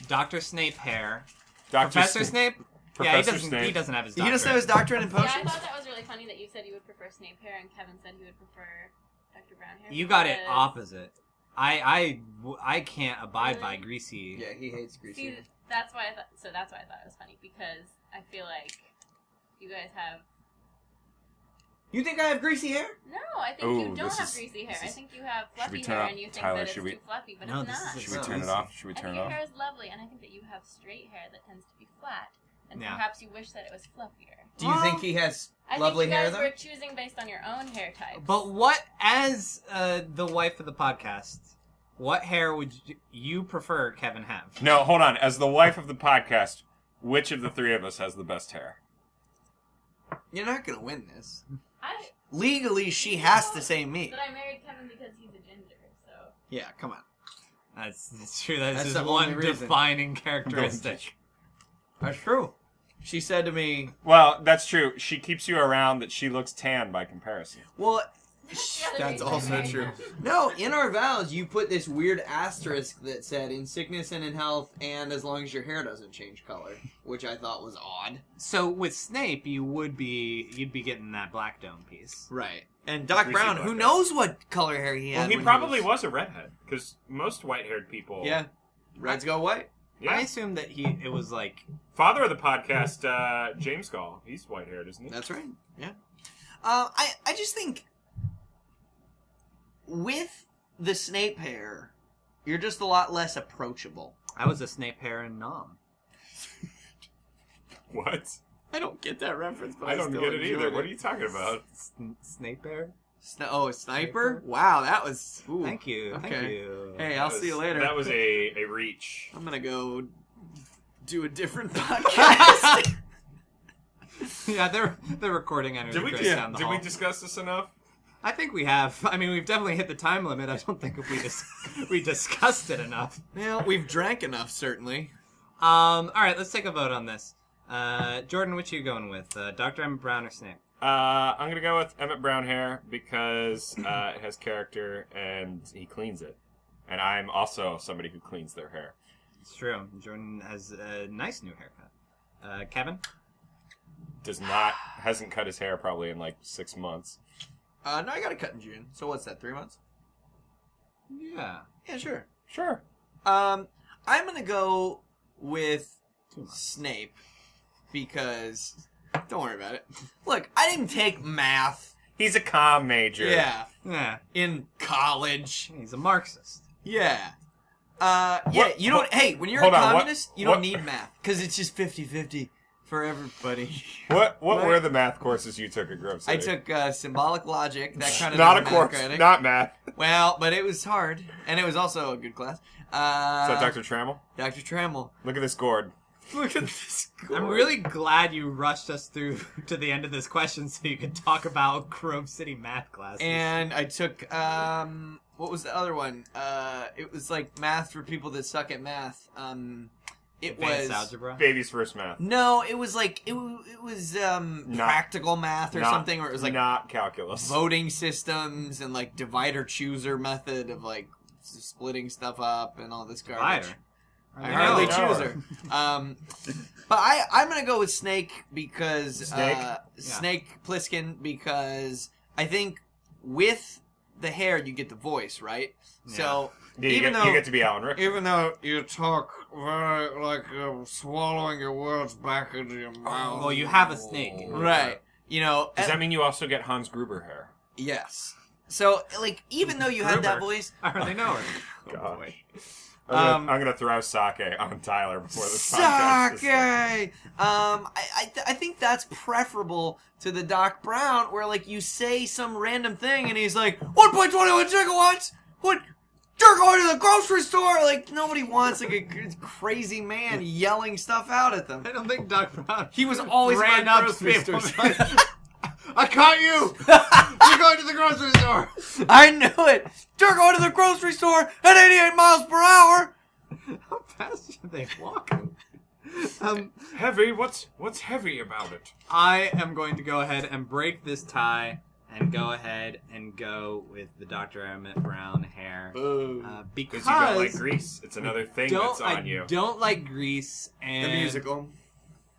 Speaker 1: Dr. Snape hair?
Speaker 3: Dr.
Speaker 1: Professor Snape? yeah, he
Speaker 3: Professor
Speaker 1: doesn't. He
Speaker 3: Snape.
Speaker 1: doesn't have his.
Speaker 2: He doesn't
Speaker 1: doctorate.
Speaker 2: have his doctrine and
Speaker 4: Yeah, I
Speaker 2: potions.
Speaker 4: thought that was really funny that you said you would prefer Snape hair and Kevin said he would prefer Dr. Brown hair.
Speaker 1: You got it
Speaker 4: because-
Speaker 1: opposite. I I w- I can't abide by greasy.
Speaker 2: Yeah, he hates greasy.
Speaker 4: See, that's why I thought. So that's why I thought it was funny because I feel like you guys have.
Speaker 2: You think I have greasy hair?
Speaker 4: No, I think
Speaker 3: Ooh,
Speaker 4: you don't
Speaker 3: this
Speaker 4: have
Speaker 3: is-
Speaker 4: greasy hair.
Speaker 3: this
Speaker 4: I
Speaker 3: is-
Speaker 4: think you have
Speaker 3: we
Speaker 4: fluffy
Speaker 3: turn
Speaker 4: hair
Speaker 3: up-
Speaker 4: and you think
Speaker 3: Tyler,
Speaker 4: that it's
Speaker 3: should we-
Speaker 4: too fluffy, but
Speaker 1: No,
Speaker 4: it's
Speaker 1: this
Speaker 4: not.
Speaker 1: is
Speaker 3: Should we
Speaker 1: No,
Speaker 3: turn
Speaker 1: this
Speaker 3: it
Speaker 1: is-
Speaker 3: off? Should we
Speaker 4: I
Speaker 3: turn
Speaker 4: think
Speaker 3: it
Speaker 4: your
Speaker 3: off?
Speaker 4: hair is lovely, and I think that you have straight hair that tends to be flat, and
Speaker 1: Yeah.
Speaker 4: perhaps you wish that it was fluffier.
Speaker 2: Do you
Speaker 1: Well,
Speaker 2: think he has
Speaker 4: I
Speaker 2: lovely
Speaker 4: think you
Speaker 2: hair
Speaker 4: guys
Speaker 2: though?
Speaker 4: were choosing based on your own hair type.
Speaker 1: But what, as uh, the wife of the podcast, what hair would you, you prefer Kevin have?
Speaker 3: No, hold on. As the wife of the podcast, which of the three of us has the best hair?
Speaker 2: You're not gonna win this.
Speaker 4: I
Speaker 2: Legally, she has to say me.
Speaker 4: that I married Kevin because he's a ginger, so
Speaker 2: Yeah, come on.
Speaker 1: That's, that's true. That's,
Speaker 2: That's
Speaker 1: his
Speaker 2: the only
Speaker 1: one
Speaker 2: reason.
Speaker 1: defining characteristic.
Speaker 2: That's true. She said to me,
Speaker 3: Well, that's true. She keeps you around that she looks tan by comparison.
Speaker 2: "Well,
Speaker 4: That's the other
Speaker 2: that's
Speaker 4: reason,
Speaker 2: also
Speaker 4: right?
Speaker 2: true." No, in our vows, you put this weird asterisk that said "in sickness and in health, and as long as your hair doesn't change color," which I thought was odd.
Speaker 1: So with Snape, you would be you'd be getting that black dome piece.
Speaker 2: Right. And Doc
Speaker 3: Greasy
Speaker 2: Brown,
Speaker 3: black
Speaker 2: who
Speaker 3: hair.
Speaker 2: knows what color hair he had?
Speaker 3: Well, he
Speaker 2: when
Speaker 3: probably was a redhead because most white-haired people.
Speaker 2: Yeah. Reds go white.
Speaker 3: Yeah.
Speaker 1: I assume that he it was like
Speaker 3: Father of the podcast, uh, James Gall. He's white-haired, isn't he?
Speaker 2: That's right. Yeah. Uh, I I just think with the Snape hair, you're just a lot less approachable.
Speaker 1: I was a Snape hair and nom.
Speaker 3: What?
Speaker 2: I don't get that reference, but
Speaker 3: I don't get it either. What are you talking about?
Speaker 1: Sn- Snape hair.
Speaker 2: oh, sniper! Wow, that was. Ooh.
Speaker 1: Thank you. Thank
Speaker 2: Okay.
Speaker 1: you.
Speaker 3: uh,
Speaker 2: Hey, I'll
Speaker 3: That
Speaker 2: see you
Speaker 3: was-
Speaker 2: later.
Speaker 3: That was a, a reach.
Speaker 2: I'm gonna go do a different podcast.
Speaker 1: yeah, they're they're recording energy
Speaker 3: Did we
Speaker 1: goes
Speaker 3: dis-
Speaker 1: down the
Speaker 3: did
Speaker 1: hall.
Speaker 3: we discuss this enough?
Speaker 1: I think we have. I mean, we've definitely hit the time limit. I don't think we dis- we discussed it enough.
Speaker 2: well, we've drank enough, certainly.
Speaker 1: Um, all right, let's take a vote on this. Uh, Jordan, which you going with? Uh, Dr. M. Brown or Snape?
Speaker 3: Uh, I'm gonna go with Emmett Brown hair because uh, it has character and he cleans it, and I'm also somebody who cleans their hair.
Speaker 1: It's true. Jordan has a nice new haircut. Uh, Kevin?
Speaker 3: Does not hasn't cut his hair probably in like six months.
Speaker 2: Uh, no, I got a cut in June. So what's that? Three months?
Speaker 1: Yeah.
Speaker 2: Yeah, sure.
Speaker 3: Sure.
Speaker 2: Um, I'm gonna go with
Speaker 1: Two months.
Speaker 2: Snape because don't worry about it. Look, I didn't take math.
Speaker 3: He's a com major.
Speaker 2: Yeah,
Speaker 1: Yeah.
Speaker 2: in college.
Speaker 1: He's a Marxist.
Speaker 2: Yeah. Uh, yeah,
Speaker 3: What-
Speaker 2: you don't. hey, when you're
Speaker 3: hold
Speaker 2: a
Speaker 3: on, what-
Speaker 2: communist, you don't
Speaker 3: what-
Speaker 2: need math because it's just 50-50 for everybody.
Speaker 3: What what
Speaker 2: Right.
Speaker 3: were the math courses you took at Grove
Speaker 2: I
Speaker 3: City?
Speaker 2: took uh, symbolic logic. That kind of
Speaker 3: not a
Speaker 2: doesn't
Speaker 3: course,
Speaker 2: matter, right?
Speaker 3: not math.
Speaker 2: well, but it was hard, and it was also a good class. Uh,
Speaker 3: Is that Dr. Trammell?
Speaker 2: Dr. Trammell.
Speaker 3: Look at this gourd.
Speaker 2: Look at this.
Speaker 1: I'm
Speaker 2: gourd.
Speaker 1: really glad you rushed us through to the end of this question so you could talk about Grove City math classes.
Speaker 2: and I took um what was the other one? Uh it was like math for people that suck at math. Um it
Speaker 1: Advanced
Speaker 2: was
Speaker 1: algebra.
Speaker 3: Baby's first math.
Speaker 2: No, it was like it, wa- it was um
Speaker 3: Not-
Speaker 2: practical math or
Speaker 3: Not-
Speaker 2: something or it was like
Speaker 3: not calculus.
Speaker 2: voting systems and like divider chooser method of like s- splitting stuff up and all this garbage.
Speaker 1: Divider?
Speaker 2: I
Speaker 1: I
Speaker 2: hardly
Speaker 3: know.
Speaker 2: choose her. Um, but I, I'm gonna go with Snake because
Speaker 3: Snake?
Speaker 2: Uh, Snake Plissken because I think with the hair you get the voice right. So
Speaker 3: Yeah, you, get,
Speaker 2: even though
Speaker 3: you get to be Alan Rickman.
Speaker 5: Even though you talk very like you're swallowing your words back into your
Speaker 2: Oh,
Speaker 5: mouth.
Speaker 1: Well, you have a snake. in your
Speaker 2: right, you know
Speaker 3: Does
Speaker 2: and-
Speaker 3: that mean you also get Hans Gruber hair?
Speaker 2: yes. So like even though you had that
Speaker 3: Rumor.
Speaker 2: voice,
Speaker 1: I hardly know her.
Speaker 3: Gosh.
Speaker 1: boy.
Speaker 3: I'm, gonna,
Speaker 1: Um,
Speaker 3: I'm gonna throw sake on Tyler before this podcast. is
Speaker 2: Sake. Um, I I, th- I think that's preferable to the Doc Brown, where like you say some random thing and he's like, "One point twenty one gigawatts." What? They're going to the grocery store. Like nobody wants like a c- crazy man yelling stuff out at them.
Speaker 1: I don't think Doc Brown.
Speaker 2: He was always
Speaker 1: ran
Speaker 2: about
Speaker 1: up to
Speaker 2: grocery
Speaker 1: people
Speaker 2: stores.
Speaker 1: like, I caught you. You're going to the grocery store.
Speaker 2: I knew it. They're going to the grocery store at eighty eight miles per hour.
Speaker 1: How fast are they walking? Um,
Speaker 3: Heavy? What's what's heavy about it?
Speaker 1: I am going to go ahead and break this tie and go ahead and go with the Dr. Emmett Brown hair uh, because
Speaker 3: Because you don't like grease. It's another thing
Speaker 1: don't-
Speaker 3: that's on
Speaker 1: I
Speaker 3: you.
Speaker 1: don't like Grease
Speaker 2: The
Speaker 1: and
Speaker 2: musical.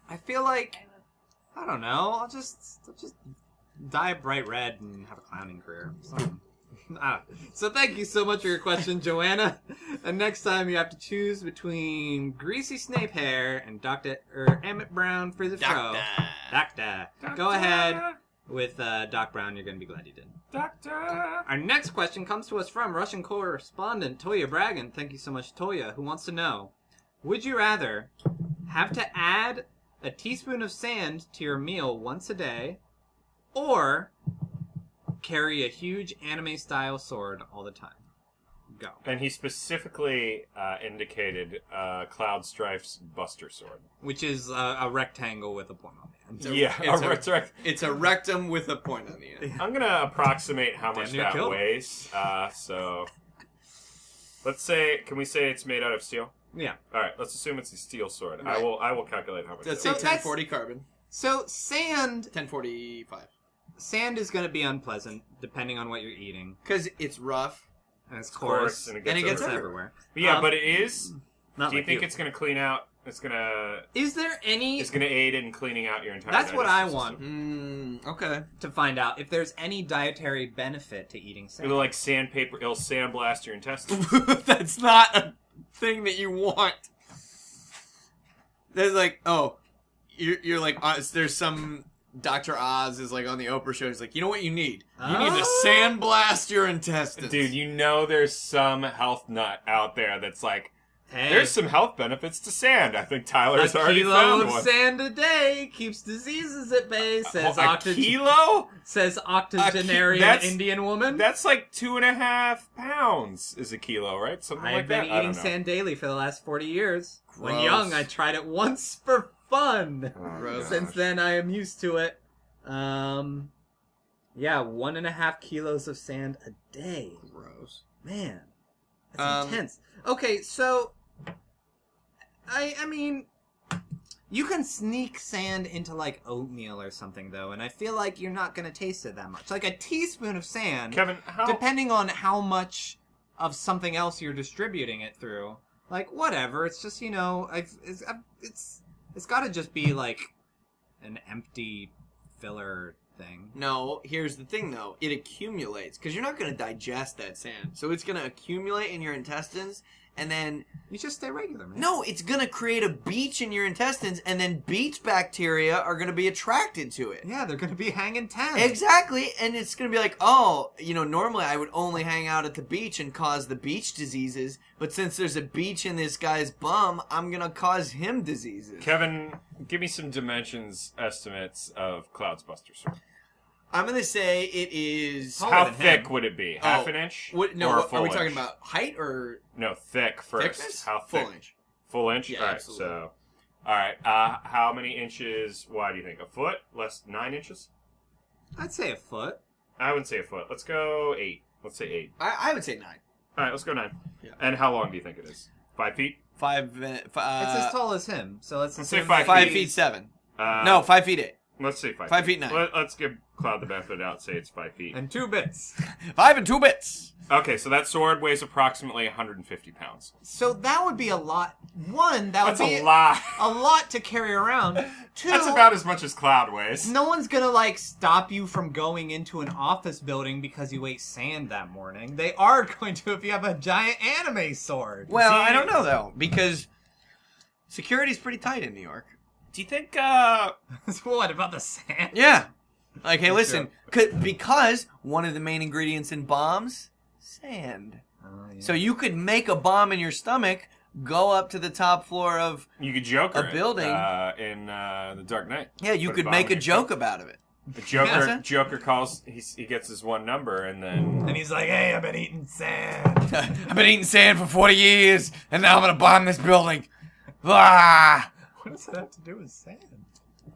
Speaker 1: I feel like I don't know. I'll just I'll just dye it bright red and have a clowning career. Something. I don't know. So thank you so much for your question, Joanna. And next time you have to choose between greasy Snape hair and Doctor or Emmett Brown for the fro. Doctor. Go ahead with uh, Doc Brown. You're going to be glad you did.
Speaker 3: Doctor.
Speaker 1: Our next question comes to us from Russian correspondent Toya Bragan. Thank you so much, Toya, who wants to know Would you rather have to add a teaspoon of sand to your meal once a day or carry a huge anime style sword all the time? Go.
Speaker 3: And he specifically uh, indicated uh, Cloud Strife's Buster Sword.
Speaker 1: Which is uh, a rectangle with a point on the end.
Speaker 2: a-
Speaker 3: yeah,
Speaker 2: it's
Speaker 3: a
Speaker 2: a-
Speaker 3: retract-
Speaker 2: It's a rectum with a point on the end.
Speaker 3: I'm gonna approximate how much
Speaker 1: Damn near
Speaker 3: that
Speaker 1: killed him.
Speaker 3: weighs. Uh, so let's say, can we say it's made out of steel?
Speaker 1: Yeah.
Speaker 3: All right, let's assume it's a steel sword. I
Speaker 2: Right.
Speaker 3: will, I will calculate how much. that
Speaker 2: Let's say
Speaker 1: So
Speaker 3: weighs.
Speaker 1: that's-
Speaker 2: ten forty carbon.
Speaker 1: So sand
Speaker 2: Ten forty five.
Speaker 1: sand is going to be unpleasant depending on what you're eating.
Speaker 2: Because it's rough.
Speaker 1: And it's coarse.
Speaker 3: course, and it
Speaker 2: and
Speaker 3: gets,
Speaker 2: it gets
Speaker 1: it's
Speaker 2: everywhere.
Speaker 1: everywhere.
Speaker 3: But yeah,
Speaker 1: Um,
Speaker 3: but it is.
Speaker 1: Not
Speaker 3: Do you
Speaker 1: like
Speaker 3: think it's gonna clean out? It's gonna.
Speaker 1: Is there any
Speaker 3: It's gonna aid in cleaning out your entire.
Speaker 1: That's what I
Speaker 3: digestive
Speaker 1: want.
Speaker 3: system.
Speaker 2: Mm, okay.
Speaker 1: to find out if there's any dietary benefit to eating sand.
Speaker 3: It'll like sandpaper. It'll sandblast your intestines.
Speaker 2: That's not a thing that you want. There's like, oh, you're, you're like, uh, there's some Dr. Oz is like on the Oprah show. He's like, you know what you need? You need to
Speaker 1: Oh.
Speaker 2: sandblast your intestines.
Speaker 3: Dude, you know there's some health nut out there that's like,
Speaker 1: Hey,
Speaker 3: There's some health benefits to sand. I think Tyler's
Speaker 1: a
Speaker 3: already
Speaker 1: kilo
Speaker 3: found
Speaker 1: of
Speaker 3: one.
Speaker 1: sand a day keeps diseases at bay, says
Speaker 3: a
Speaker 1: octo-
Speaker 3: kilo?
Speaker 1: says octogenarian
Speaker 3: that's-
Speaker 1: Indian woman.
Speaker 3: That's like two and a half pounds is a kilo, right? Something
Speaker 1: I've
Speaker 3: like
Speaker 1: been
Speaker 3: that. I
Speaker 1: eating
Speaker 3: don't know.
Speaker 1: sand daily for the last 40 years. When
Speaker 2: Gross.
Speaker 1: young, I tried it once for fun.
Speaker 3: Oh,
Speaker 5: Gross.
Speaker 1: Since then, I am used to it. Um, yeah, one and a half kilos of sand a day.
Speaker 5: Gross.
Speaker 1: Man, that's
Speaker 2: Um,
Speaker 1: intense. Okay, so I I mean, you can sneak sand into like oatmeal or something though, and I feel like you're not gonna taste it that much. Like a teaspoon of sand,
Speaker 3: Kevin, how
Speaker 1: depending on how much of something else you're distributing it through. Like whatever, it's just you know, I've it's I've, it's, it's got to just be like an empty filler thing.
Speaker 2: No, here's the thing though. It accumulates because you're not going to digest that sand. So it's going to accumulate in your intestines and then
Speaker 1: You just stay regular, man.
Speaker 2: no, it's going to create a beach in your intestines and then beach bacteria are going to be attracted to it.
Speaker 1: Yeah, they're gonna be hanging ten.
Speaker 2: Exactly, and it's gonna be like, oh, you know, normally I would only hang out at the beach and cause the beach diseases, but since there's a beach in this guy's bum, I'm gonna cause him diseases.
Speaker 3: Kevin, give me some dimensions estimates of Cloud's Buster Sword.
Speaker 2: I'm gonna say it is.
Speaker 1: Taller
Speaker 3: How
Speaker 1: than
Speaker 3: thick
Speaker 1: him.
Speaker 3: would it be? Half
Speaker 2: Oh,
Speaker 3: an inch?
Speaker 2: What, no,
Speaker 3: or a
Speaker 2: what-
Speaker 3: full
Speaker 2: are we talking
Speaker 3: inch?
Speaker 2: about height or
Speaker 3: No, thick first.
Speaker 2: thickness?
Speaker 3: How thick?
Speaker 2: Full inch.
Speaker 3: Full inch.
Speaker 2: Yeah,
Speaker 3: all right.
Speaker 2: absolutely.
Speaker 3: So, all right. Uh, how many inches wide do you think? A foot? Less nine inches?
Speaker 1: I'd say a foot.
Speaker 3: I wouldn't say a foot. Let's go eight. Let's say eight.
Speaker 2: I, I would say nine.
Speaker 3: All right. Let's go nine.
Speaker 2: Yeah.
Speaker 3: And how long do you think it is? Five feet?
Speaker 2: Five minutes. Uh,
Speaker 1: It's as tall as him, so let's
Speaker 3: let's say
Speaker 1: assume
Speaker 3: five
Speaker 1: that
Speaker 2: Five
Speaker 1: he's-
Speaker 2: feet seven.
Speaker 3: Uh,
Speaker 2: no, five feet eight.
Speaker 3: Let's say five.
Speaker 2: five feet nine.
Speaker 3: Let, us give Cloud the benefit of the doubt. Say it's five feet.
Speaker 1: and two bits.
Speaker 2: Five and two bits.
Speaker 3: Okay. So that sword weighs approximately 150 pounds.
Speaker 1: So that would be a lot. One, that would
Speaker 3: That's
Speaker 1: be
Speaker 3: a lot.
Speaker 1: a lot to carry around. Two,
Speaker 3: That's about as much as Cloud weighs.
Speaker 1: no one's gonna like stop you from going into an office building because you ate sand that morning. They are going to if you have a giant anime sword.
Speaker 2: Well,
Speaker 3: See-
Speaker 2: I don't know though because security's pretty tight in New York.
Speaker 3: Do you think? uh...
Speaker 1: what about the sand?
Speaker 2: Yeah. Like, hey, listen, could, because one of the main ingredients in bombs, sand.
Speaker 1: Oh, yeah.
Speaker 2: So you could make a bomb in your stomach, go up to the top floor of.
Speaker 3: You could Joker
Speaker 2: A
Speaker 3: it,
Speaker 2: building.
Speaker 3: uh, in uh, the Dark Knight.
Speaker 2: Yeah, you
Speaker 3: Put
Speaker 2: could
Speaker 3: bomb
Speaker 2: make a
Speaker 3: in your-
Speaker 2: joke about it.
Speaker 3: The
Speaker 2: What's
Speaker 3: Joker
Speaker 2: that?
Speaker 3: Joker calls. He he gets his one number, and then
Speaker 1: and he's like, "Hey, I've been eating sand."
Speaker 2: I've been eating sand for 40 years, and now I'm going to bomb this building. Ah!
Speaker 1: what does that have to do with sand?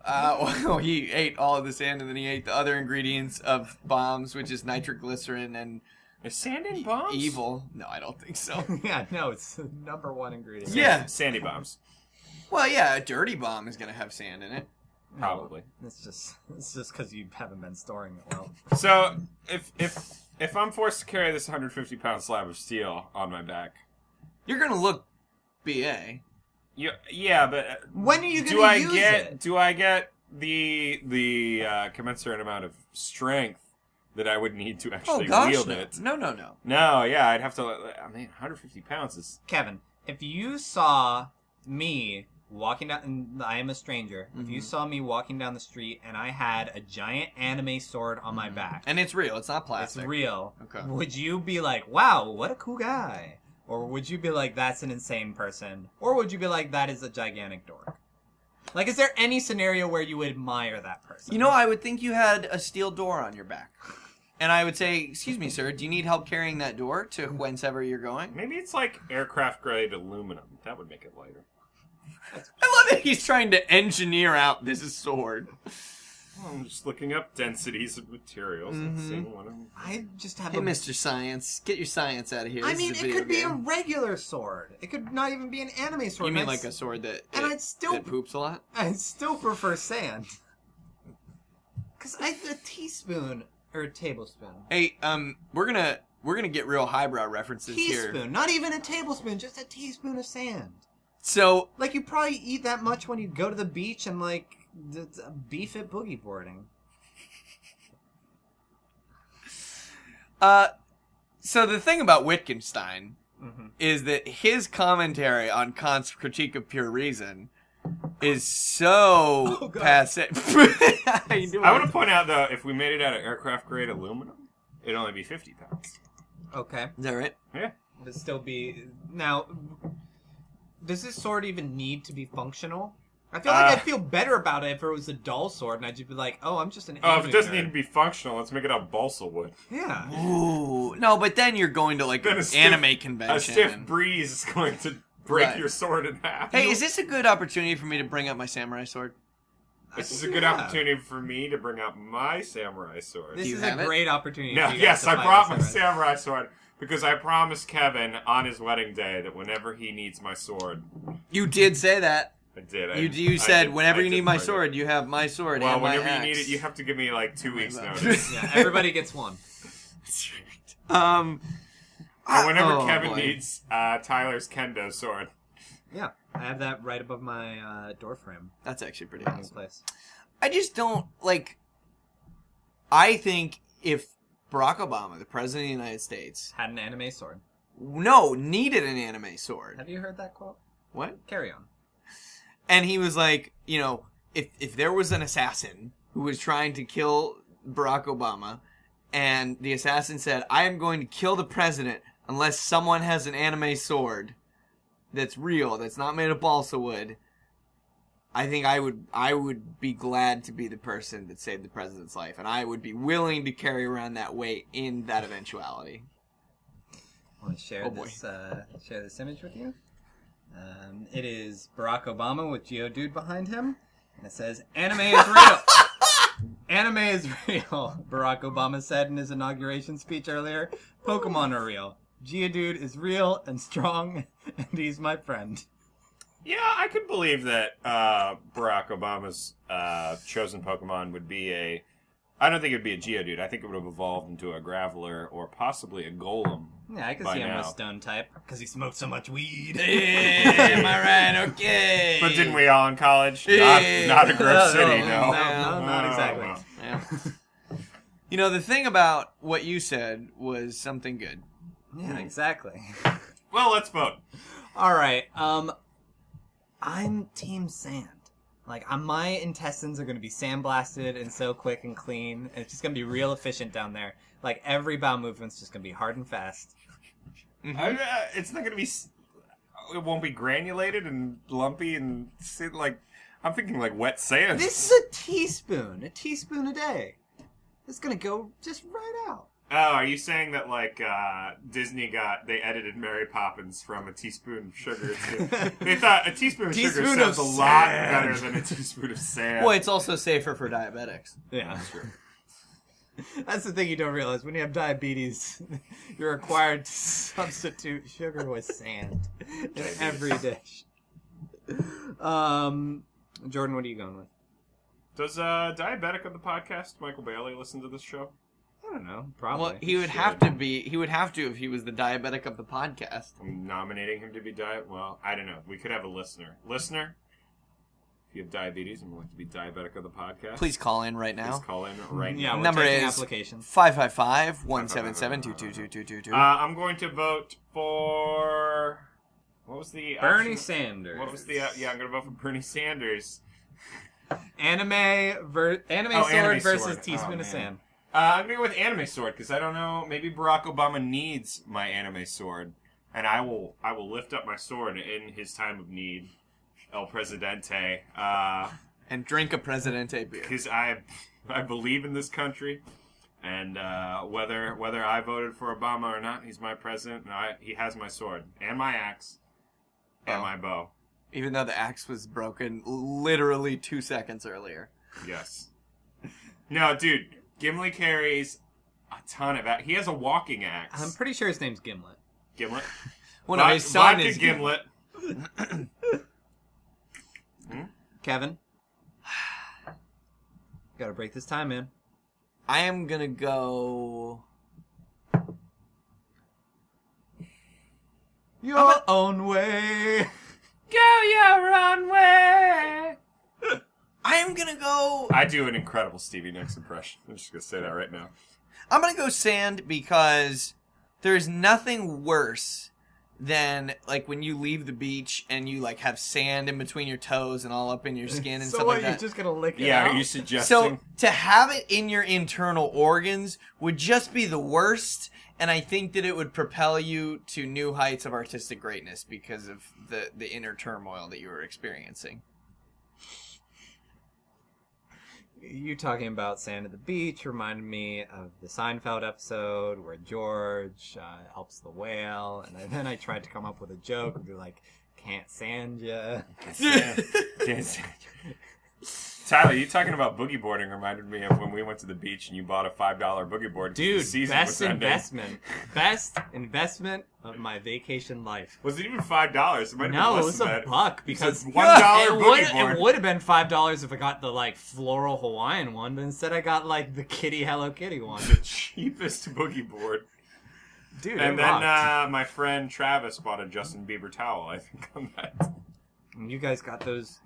Speaker 2: Uh, well, he ate all of the sand, and then he ate the other ingredients of bombs, which is nitroglycerin and e-,
Speaker 3: is sand in bombs?
Speaker 2: evil. No, I don't think so.
Speaker 1: Yeah, no, it's the number one ingredient.
Speaker 2: Yeah.
Speaker 3: sandy bombs,
Speaker 2: well, yeah, a dirty bomb is going to have sand in it.
Speaker 3: probably.
Speaker 1: It's just it's just because you haven't been storing it well.
Speaker 3: So if if if I'm forced to carry this 150 pound slab of steel on my back,
Speaker 2: You're going to look BA.
Speaker 3: you, yeah, but uh,
Speaker 1: When are you gonna
Speaker 3: do I
Speaker 1: use
Speaker 3: get
Speaker 1: it?
Speaker 3: do I get the the uh, commensurate amount of strength that I would need to
Speaker 2: Oh
Speaker 3: actually
Speaker 2: gosh,
Speaker 3: wield
Speaker 2: no.
Speaker 3: it?
Speaker 2: no, no, no.
Speaker 3: No, yeah, I'd have to. I mean, 150 pounds is
Speaker 1: Kevin, if you saw me walking down, and I am a stranger, if
Speaker 2: Mm-hmm.
Speaker 1: you saw me walking down the street and I had a giant anime sword on my back,
Speaker 2: Mm-hmm. And it's real. It's not
Speaker 1: it's
Speaker 2: plastic.
Speaker 1: real,
Speaker 2: Okay.
Speaker 1: would you be like, wow, what a cool guy? Or would you be like, that's an insane person? Or would you be like, that is a gigantic dork? Like, is there any scenario where you would admire that person?
Speaker 2: You know, I would think you had a steel door on your back, and I would say, "Excuse me, sir. Do you need help carrying that door to whencever you're going?"
Speaker 3: maybe it's like aircraft grade aluminum. That would make it lighter.
Speaker 2: I love that he's trying to engineer out this sword.
Speaker 3: I'm just looking up densities of materials and
Speaker 2: Mhm.
Speaker 3: seeing one of them.
Speaker 1: I just have
Speaker 2: Hey,
Speaker 1: a
Speaker 2: Mr. Science, get your science out of here.
Speaker 1: I
Speaker 2: This
Speaker 1: mean, it
Speaker 2: is a video
Speaker 1: could be a
Speaker 2: game.
Speaker 1: regular sword. It could not even be an anime sword.
Speaker 2: You
Speaker 1: and
Speaker 2: mean
Speaker 1: I'd
Speaker 2: like a sword that
Speaker 1: and
Speaker 2: it-
Speaker 1: I'd still-
Speaker 2: that poops a lot?
Speaker 1: I still prefer sand. Cause I a teaspoon or a tablespoon.
Speaker 2: Hey, um, we're gonna we're gonna get real highbrow references
Speaker 1: Teaspoon,
Speaker 2: here.
Speaker 1: not even a tablespoon, just a teaspoon of sand.
Speaker 2: So
Speaker 1: Like you probably eat that much when you go to the beach and like d- d- beef it boogie boarding.
Speaker 2: Uh, so the thing about Wittgenstein
Speaker 3: Mm-hmm.
Speaker 1: Mhm.
Speaker 2: is that his commentary on Kant's Critique of Pure Reason is so
Speaker 1: Oh, God.
Speaker 2: passe. How you doing?
Speaker 3: I want to point out though, if we made it out of aircraft grade aluminum, it'd only be 50 pounds.
Speaker 1: Okay,
Speaker 2: Is that right?
Speaker 3: Yeah.
Speaker 1: but still be now. does this sword even need to be functional? I feel like
Speaker 3: Uh,
Speaker 1: I'd feel better about it if it was a dull sword, and I'd just be like, "Oh, I'm just an."
Speaker 3: Oh, if it
Speaker 1: anime
Speaker 3: doesn't
Speaker 1: nerd.
Speaker 3: need to be functional, let's make it out of balsa wood.
Speaker 1: Yeah.
Speaker 2: Ooh, no, but then you're going to like
Speaker 3: Then a
Speaker 2: an
Speaker 3: stiff-
Speaker 2: anime
Speaker 3: A
Speaker 2: convention.
Speaker 3: stiff
Speaker 2: and-
Speaker 3: breeze is going to break
Speaker 2: Right.
Speaker 3: your sword in half.
Speaker 2: hey, is this a good opportunity for me to bring up my samurai sword?
Speaker 3: This is a good
Speaker 1: Yeah.
Speaker 3: opportunity for me to bring out my samurai sword.
Speaker 1: This
Speaker 2: you
Speaker 1: is
Speaker 2: have
Speaker 1: a
Speaker 2: it?
Speaker 1: great opportunity.
Speaker 3: no,
Speaker 1: for you guys
Speaker 3: yes,
Speaker 1: to
Speaker 3: I
Speaker 1: find
Speaker 3: brought my
Speaker 1: this out.
Speaker 3: samurai sword because I promised Kevin on his wedding day that whenever he needs my sword,
Speaker 2: You did say that.
Speaker 3: I did. I,
Speaker 2: You you
Speaker 3: I
Speaker 2: said
Speaker 3: did-
Speaker 2: whenever
Speaker 3: I
Speaker 2: you
Speaker 3: did
Speaker 2: need my
Speaker 3: bring it.
Speaker 2: sword, you have my sword.
Speaker 3: Well,
Speaker 2: and my
Speaker 3: whenever you
Speaker 2: axe.
Speaker 3: need it, you have to give me like two weeks
Speaker 2: love.
Speaker 3: notice.
Speaker 1: Yeah, everybody gets one.
Speaker 2: Um,
Speaker 3: And whenever
Speaker 2: Oh,
Speaker 3: Kevin
Speaker 2: boy.
Speaker 3: needs uh, Tyler's kendo sword,
Speaker 1: Yeah, I have that right above my uh, door frame.
Speaker 2: that's actually
Speaker 3: Oh,
Speaker 2: pretty
Speaker 1: in
Speaker 2: awesome.
Speaker 1: place.
Speaker 2: I just don't like. I think if Barack Obama, the president of the United States,
Speaker 1: Had an anime sword.
Speaker 2: no, needed an anime sword.
Speaker 1: Have you heard that quote?
Speaker 2: What?
Speaker 1: Carry on.
Speaker 2: and he was like, you know, if if there was an assassin who was trying to kill Barack Obama, and the assassin said, "I am going to kill the president unless someone has an anime sword that's real, that's not made of balsa wood," I think I would I would be glad to be the person that saved the president's life, and I would be willing to carry around that weight in that eventuality.
Speaker 1: want to share
Speaker 2: Oh, boy.
Speaker 1: this uh, share this image with you. Um, it is Barack Obama with Geodude behind him, and it says, "Anime is real." Anime is real, Barack Obama said in his inauguration speech earlier. Pokemon are real. Geodude is real and strong, and he's my friend.
Speaker 3: yeah, I could believe that uh, Barack Obama's uh, chosen Pokemon would be a. I don't think it would be a Geodude. I think it would have evolved into a Graveler or possibly a Golem.
Speaker 1: Yeah, I can
Speaker 3: By
Speaker 1: see him
Speaker 3: now.
Speaker 1: a stone type because he smoked so much weed.
Speaker 2: Am I right? Okay.
Speaker 3: But didn't we all in college?
Speaker 2: Yeah.
Speaker 3: Not, not a
Speaker 1: No,
Speaker 3: Grove City, no.
Speaker 1: Oh,
Speaker 3: Oh,
Speaker 1: No, no, not
Speaker 3: No.
Speaker 1: exactly.
Speaker 2: Yeah. you know, the thing about what you said was something good.
Speaker 1: Yeah, exactly.
Speaker 3: Well, let's vote.
Speaker 1: All right. Um, I'm Team Sand. Like, i my intestines are gonna be sandblasted and so quick and clean. And it's just gonna be real efficient down there. Like every bowel movement's just gonna be hard and fast.
Speaker 2: Mm-hmm.
Speaker 3: I, uh, it's not going to be. s- It won't be granulated and lumpy and sit like. I'm thinking like wet sand.
Speaker 1: This is a teaspoon, a teaspoon a day. It's gonna go just right out.
Speaker 3: Oh, are you saying that like uh, Disney got they edited Mary Poppins from a teaspoon of sugar? To, they thought a teaspoon of sugar
Speaker 2: Teaspoon
Speaker 3: sounds a
Speaker 2: of
Speaker 3: lot
Speaker 2: sand.
Speaker 3: better than a teaspoon of sand.
Speaker 2: Well, it's also safer for diabetics.
Speaker 1: Yeah, that's true. That's the thing you don't realize. When you have diabetes, you're required to substitute sugar with sand in every dish. Um, Jordan, what are you going with?
Speaker 3: Does uh, diabetic of the podcast Michael Bailey listen to this show?
Speaker 1: I don't know.
Speaker 2: Well,
Speaker 1: Probably.
Speaker 2: he would have to be. He would have to if he was the diabetic of the podcast.
Speaker 3: I'm nominating him to be diet. Well, I don't know. We could have a listener. Listener, if you have diabetes and would like to be diabetic of the podcast,
Speaker 2: Please call in right
Speaker 3: please
Speaker 2: now.
Speaker 3: call in right
Speaker 1: yeah,
Speaker 3: now.
Speaker 1: we're
Speaker 2: Number
Speaker 1: taking
Speaker 2: is-
Speaker 1: applications.
Speaker 2: 555 177 222222.
Speaker 3: Uh, I'm going to vote for what was the
Speaker 1: Bernie
Speaker 3: option?
Speaker 1: Sanders.
Speaker 3: What was the uh, yeah? I'm gonna vote for Bernie Sanders.
Speaker 1: anime ver- anime
Speaker 3: Oh,
Speaker 1: sword
Speaker 3: anime
Speaker 1: versus
Speaker 3: sword. Oh,
Speaker 1: teaspoon
Speaker 3: man.
Speaker 1: of sand?
Speaker 3: Uh, I'm gonna go with anime sword because I don't know. Maybe Barack Obama needs my anime sword, and I will I will lift up my sword in his time of need, El Presidente, Uh, because
Speaker 2: and drink a Presidente beer.
Speaker 3: I I believe in this country, and uh, whether whether I voted for Obama or not, he's my president, and I, he has my sword and my axe and
Speaker 2: Oh.
Speaker 3: my bow.
Speaker 2: Even though the axe was broken literally two seconds earlier.
Speaker 3: Yes. No, dude, Gimli carries a ton of axe. He has a walking axe.
Speaker 1: I'm pretty sure his name's Gimlet.
Speaker 3: Gimlet.
Speaker 2: Well, no,
Speaker 3: Vod-
Speaker 2: his son
Speaker 3: vodka
Speaker 2: is
Speaker 3: Gimlet.
Speaker 1: Kevin. Gotta break this time in.
Speaker 2: I am gonna go.
Speaker 1: Your own way.
Speaker 3: Go your own way.
Speaker 2: I am gonna go.
Speaker 3: I do an incredible Stevie Nicks impression. I'm just gonna say that right now.
Speaker 2: I'm gonna go sand because there's nothing worse then like when you leave the beach and you like have sand in between your toes and all up in your skin and
Speaker 1: so
Speaker 2: stuff
Speaker 1: what?
Speaker 2: like that.
Speaker 1: You're just gonna lick it
Speaker 3: Yeah,
Speaker 1: out?
Speaker 3: are you suggesting?
Speaker 2: So to have it in your internal organs would just be the worst, and I think that it would propel you to new heights of artistic greatness because of the the inner turmoil that you were experiencing.
Speaker 1: you talking about sand at the beach reminded me of the Seinfeld episode where George uh, helps the whale, and then I tried to come up with a joke and be like, "Can't sand ya."
Speaker 3: Yes. Tyler, you talking about boogie boarding reminded me of when we went to the beach and you bought a five dollar boogie board. 'cause the
Speaker 1: Dude,
Speaker 3: season
Speaker 1: best
Speaker 3: was ending.
Speaker 1: investment, best investment of my vacation life.
Speaker 3: Was it even five dollars? It might have
Speaker 1: No,
Speaker 3: been
Speaker 1: it
Speaker 3: less
Speaker 1: was
Speaker 3: than
Speaker 1: a
Speaker 3: that.
Speaker 1: buck because
Speaker 3: It's a one dollar
Speaker 1: it would,
Speaker 3: boogie board.
Speaker 1: it would have been five dollars if I got the like floral Hawaiian one, but instead I got like the kitty Hello Kitty one.
Speaker 3: the cheapest boogie board.
Speaker 1: Dude,
Speaker 3: And
Speaker 1: it
Speaker 3: then
Speaker 1: rocked.
Speaker 3: uh, my friend Travis bought a Justin Bieber towel. I think on that. uh,
Speaker 1: And you guys got those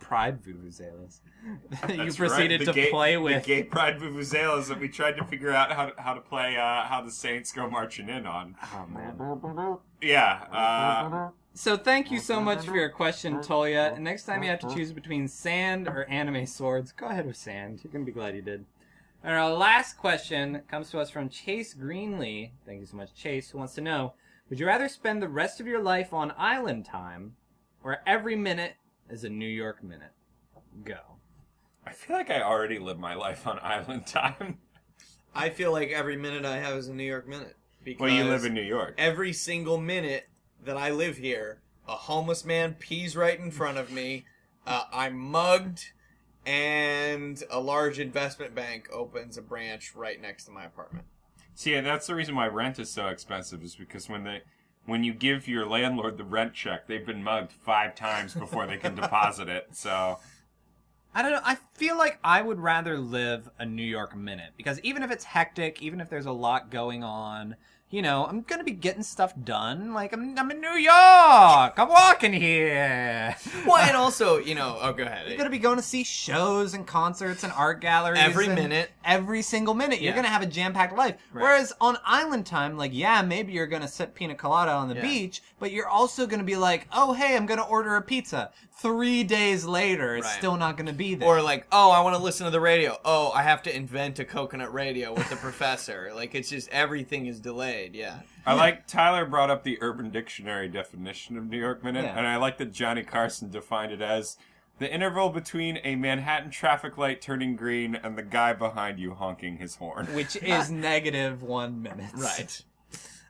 Speaker 1: pride vuvuzelas. you
Speaker 3: That's
Speaker 1: proceeded to
Speaker 3: right, the gay-
Speaker 1: play with.
Speaker 3: the gay pride vuvuzelas that we tried to figure out how to, how to play uh, how the Saints go marching in on.
Speaker 1: Oh, man.
Speaker 3: Yeah, uh,
Speaker 1: So thank you so much for your question, Toya. And next time you have to choose between sand or anime swords, go ahead with sand. You're gonna be glad you did. And our last question comes to us from Chase Greenlee. Thank you so much, Chase. Who wants to know: Would you rather spend the rest of your life on island time, or every minute is a New York minute? Go.
Speaker 3: I feel like I already live my life on island time.
Speaker 2: I feel like every minute I have is a New York minute because
Speaker 3: Well, you live in New York.
Speaker 2: every single minute that I live here, a homeless man pees right in front of me, uh, I'm mugged, and a large investment bank opens a branch right next to my apartment.
Speaker 3: See, and that's the reason why rent is so expensive is because when they when you give your landlord the rent check, they've been mugged five times before they can deposit it. So
Speaker 1: I don't know. I feel like I would rather live a New York minute because even if it's hectic, even if there's a lot going on, you know, I'm gonna be getting stuff done. Like I'm, I'm in New York. I'm walking here.
Speaker 2: Well, and also, you know, oh, go
Speaker 1: You're
Speaker 2: ahead.
Speaker 1: gonna be going to see shows and concerts and art galleries
Speaker 2: Every
Speaker 1: and
Speaker 2: minute.
Speaker 1: Every single minute, you're
Speaker 2: Yeah.
Speaker 1: gonna have a jam-packed life.
Speaker 2: Right.
Speaker 1: Whereas on island time, like yeah, maybe you're gonna sip pina colada on the
Speaker 2: Yeah.
Speaker 1: beach, but you're also gonna be like, oh hey, I'm gonna order a pizza. Three days later, it's
Speaker 2: Right.
Speaker 1: still not gonna be there.
Speaker 2: Or like, oh, I want to listen to the radio. Oh, I have to invent a coconut radio with the professor. Like, it's just everything is delayed. Yeah.
Speaker 3: I like Tyler brought up the Urban Dictionary definition of New York Minute,
Speaker 1: Yeah.
Speaker 3: and I like that Johnny Carson defined it as the interval between a Manhattan traffic light turning green and the guy behind you honking his horn.
Speaker 1: which is negative one minute.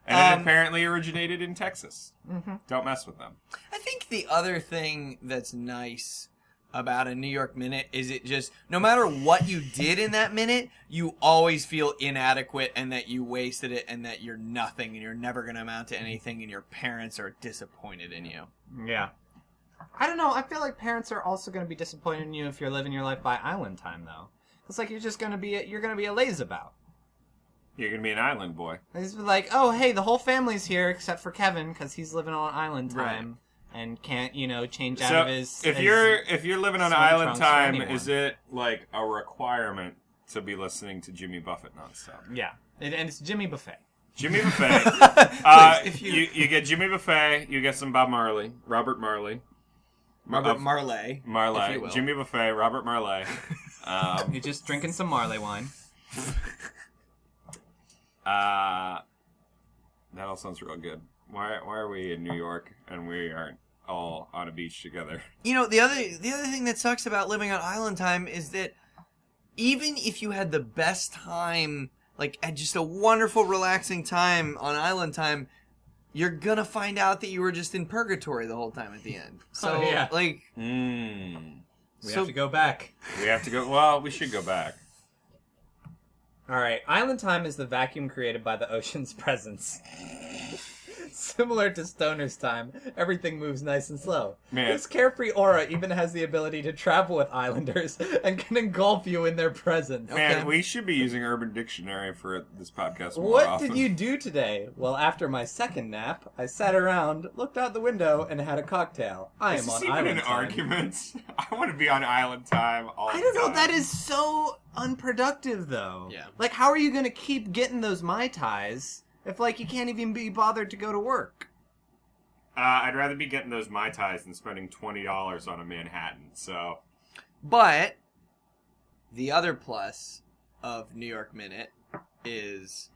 Speaker 3: And
Speaker 2: Um,
Speaker 3: it apparently originated in Texas.
Speaker 1: Mm-hmm.
Speaker 3: Don't mess with them.
Speaker 2: I think the other thing that's nice about a New York minute is it just no matter what you did in that minute, you always feel inadequate and that you wasted it and that you're nothing and you're never going to amount to anything and your parents are disappointed in you.
Speaker 1: Yeah. I don't know. I feel like parents are also going to be disappointed in you if you're living your life by island time, though. It's like you're just going to be a, you're going to be a lazy about.
Speaker 3: You're gonna be an island boy.
Speaker 1: It's like, oh hey, the whole family's here except for Kevin because he's living on island time and can't you know change out
Speaker 3: so
Speaker 1: of his.
Speaker 3: if
Speaker 1: his-
Speaker 3: you're if you're living on
Speaker 1: swim
Speaker 3: island
Speaker 1: trunks for
Speaker 3: time,
Speaker 1: anyone.
Speaker 3: is it like a requirement to be listening to Jimmy Buffett nonstop?
Speaker 1: yeah, and and it's Jimmy Buffet.
Speaker 3: Jimmy Buffett. uh,
Speaker 2: Please, if you-
Speaker 3: you... You, get Jimmy Buffett. You get some Bob Marley, Robert Marley,
Speaker 2: Robert
Speaker 3: Of-
Speaker 2: Marley. if you
Speaker 3: Marley,
Speaker 2: will.
Speaker 3: Jimmy Buffet, Robert Marley. um,
Speaker 1: You're just drinking some Marley wine.
Speaker 3: uh, that all sounds real good. Why why are we in New York and we aren't all on a beach together?
Speaker 2: You know, the other the other thing that sucks about living on island time is that even if you had the best time, like had just a wonderful relaxing time on island time, you're gonna find out that you were just in purgatory the whole time at the end. So
Speaker 1: Oh, yeah.
Speaker 2: like Hmm.
Speaker 3: Mm.
Speaker 1: We
Speaker 2: So-
Speaker 1: have to go back.
Speaker 3: We have to go. Well, we should go back.
Speaker 1: All right, island time is the vacuum created by the ocean's presence. Similar to Stoner's time, everything moves nice and slow.
Speaker 3: Man.
Speaker 1: This carefree aura even has the ability to travel with islanders and can engulf you in their presence.
Speaker 3: Man,
Speaker 2: Okay.
Speaker 3: we should be using Urban Dictionary for this podcast. More
Speaker 1: What
Speaker 3: often.
Speaker 1: did you do today? Well, after my second nap, I sat around, looked out the window, and had a cocktail. I
Speaker 3: Is
Speaker 1: am
Speaker 3: this
Speaker 1: on
Speaker 3: even
Speaker 1: island
Speaker 3: an
Speaker 1: time.
Speaker 3: argument? I want to be on island time. All
Speaker 1: I don't
Speaker 3: the
Speaker 1: know.
Speaker 3: time.
Speaker 1: That is so unproductive, though.
Speaker 2: Yeah.
Speaker 1: Like, how are you going to keep getting those mai tais if, like, you can't even be bothered to go to work?
Speaker 3: Uh, I'd rather be getting those Mai Tais than spending $20 on a Manhattan, so.
Speaker 2: But the other plus of New York Minute is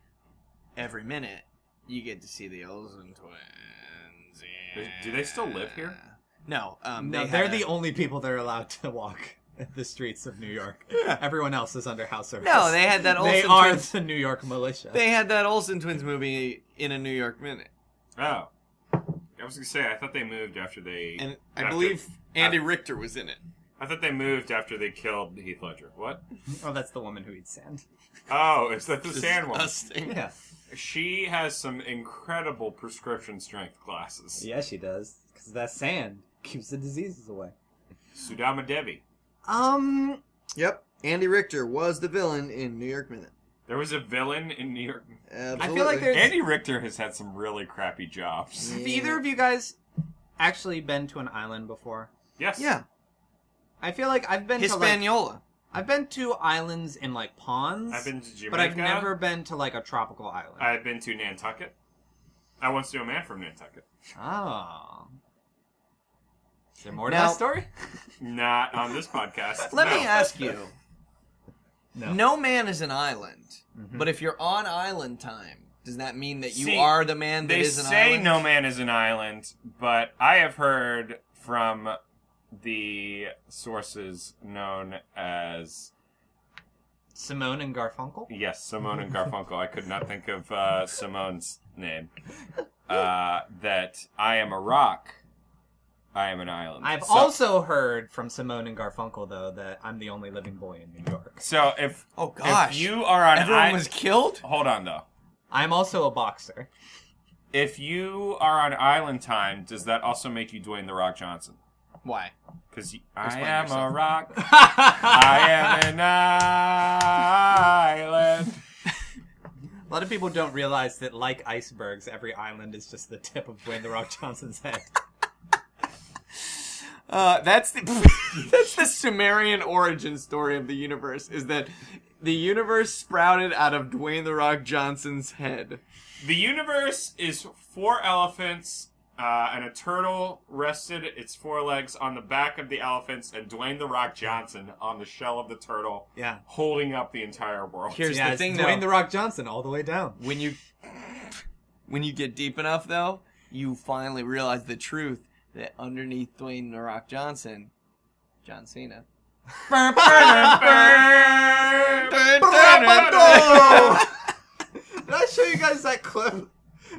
Speaker 2: every minute you get to see the Olsen twins.
Speaker 3: Do- do they still live here?
Speaker 2: Yeah. No, um,
Speaker 1: no,
Speaker 2: they
Speaker 1: they're
Speaker 2: had a-
Speaker 1: the only people that are allowed to walk the streets of New York. Everyone else is under house arrest.
Speaker 2: no. They had that Olsen.
Speaker 1: They are
Speaker 2: twins.
Speaker 1: the New York militia.
Speaker 2: They had that Olsen twins movie in a New York Minute,
Speaker 3: Oh. I was gonna say, I thought they moved after they.
Speaker 2: and I
Speaker 3: After-
Speaker 2: believe Andy
Speaker 3: Uh,
Speaker 2: Richter was in it.
Speaker 3: I thought they moved after they killed Heath Ledger. What?
Speaker 1: oh, that's the woman who eats sand.
Speaker 3: Oh, is that the sand one?
Speaker 2: Disgusting.
Speaker 1: Yeah.
Speaker 3: She has some incredible prescription strength classes.
Speaker 1: Yeah, she does. Because that sand keeps the diseases away.
Speaker 3: Sudama Devi.
Speaker 1: Um,
Speaker 2: Yep. Andy Richter was the villain in New York Minute.
Speaker 3: There was a villain in New York.
Speaker 2: Absolutely.
Speaker 1: I feel like there's.
Speaker 3: Andy Richter has had some really crappy jobs.
Speaker 1: have either of you guys actually been to an island before?
Speaker 3: Yes.
Speaker 2: yeah
Speaker 1: I feel like I've been to like,
Speaker 2: Hispaniola.
Speaker 1: I've been to islands in like ponds,
Speaker 3: I've been to Jamaica.
Speaker 1: but I've never been to like a tropical island.
Speaker 3: I've been to Nantucket. I once knew a man from Nantucket.
Speaker 1: Oh. Is there more to
Speaker 2: Now-
Speaker 1: that story?
Speaker 3: Not on this podcast.
Speaker 2: Let
Speaker 3: no.
Speaker 2: me ask you. No man is an island,
Speaker 1: Mm-hmm.
Speaker 2: but if you're on island time, does that mean that you
Speaker 3: Hmm. See,
Speaker 2: are the man that
Speaker 3: They
Speaker 2: is an
Speaker 3: say
Speaker 2: island?
Speaker 3: no man is an island, but I have heard from the sources known as
Speaker 1: Simone and Garfunkel?
Speaker 3: Yes, Simone and Garfunkel. I could not think of uh, Simone's name. Uh, that I am a rock. I am an island.
Speaker 1: I've
Speaker 3: So-
Speaker 1: also heard from Simone and Garfunkel though that I'm the only living boy in New York.
Speaker 3: So if
Speaker 2: Oh gosh,
Speaker 3: if you are on
Speaker 2: everyone
Speaker 3: I-
Speaker 2: was killed.
Speaker 3: hold on though.
Speaker 1: I'm also a boxer.
Speaker 3: If you are on island time, does that also make you Dwayne the Rock Johnson?
Speaker 2: Why?
Speaker 3: Because I
Speaker 2: Explain
Speaker 3: am a
Speaker 2: yourself.
Speaker 3: rock. I am an island.
Speaker 1: A lot of people don't realize that like icebergs, every island is just the tip of Dwayne the Rock Johnson's head.
Speaker 2: Uh, that's the that's the Sumerian origin story of the universe. Is that the universe sprouted out of Dwayne the Rock Johnson's head?
Speaker 3: The universe is four elephants uh, and a turtle rested its forelegs on the back of the elephants, and Dwayne the Rock Johnson on the shell of the turtle,
Speaker 1: Yeah.
Speaker 3: holding up the entire world.
Speaker 2: Here's
Speaker 1: yeah,
Speaker 2: the
Speaker 1: it's
Speaker 2: thing,
Speaker 1: Dwayne
Speaker 2: though.
Speaker 1: the Rock Johnson all the way down.
Speaker 2: when you when you get deep enough though you finally realize the truth that underneath dwayne the rock johnson john cena
Speaker 1: Did I show you guys that clip?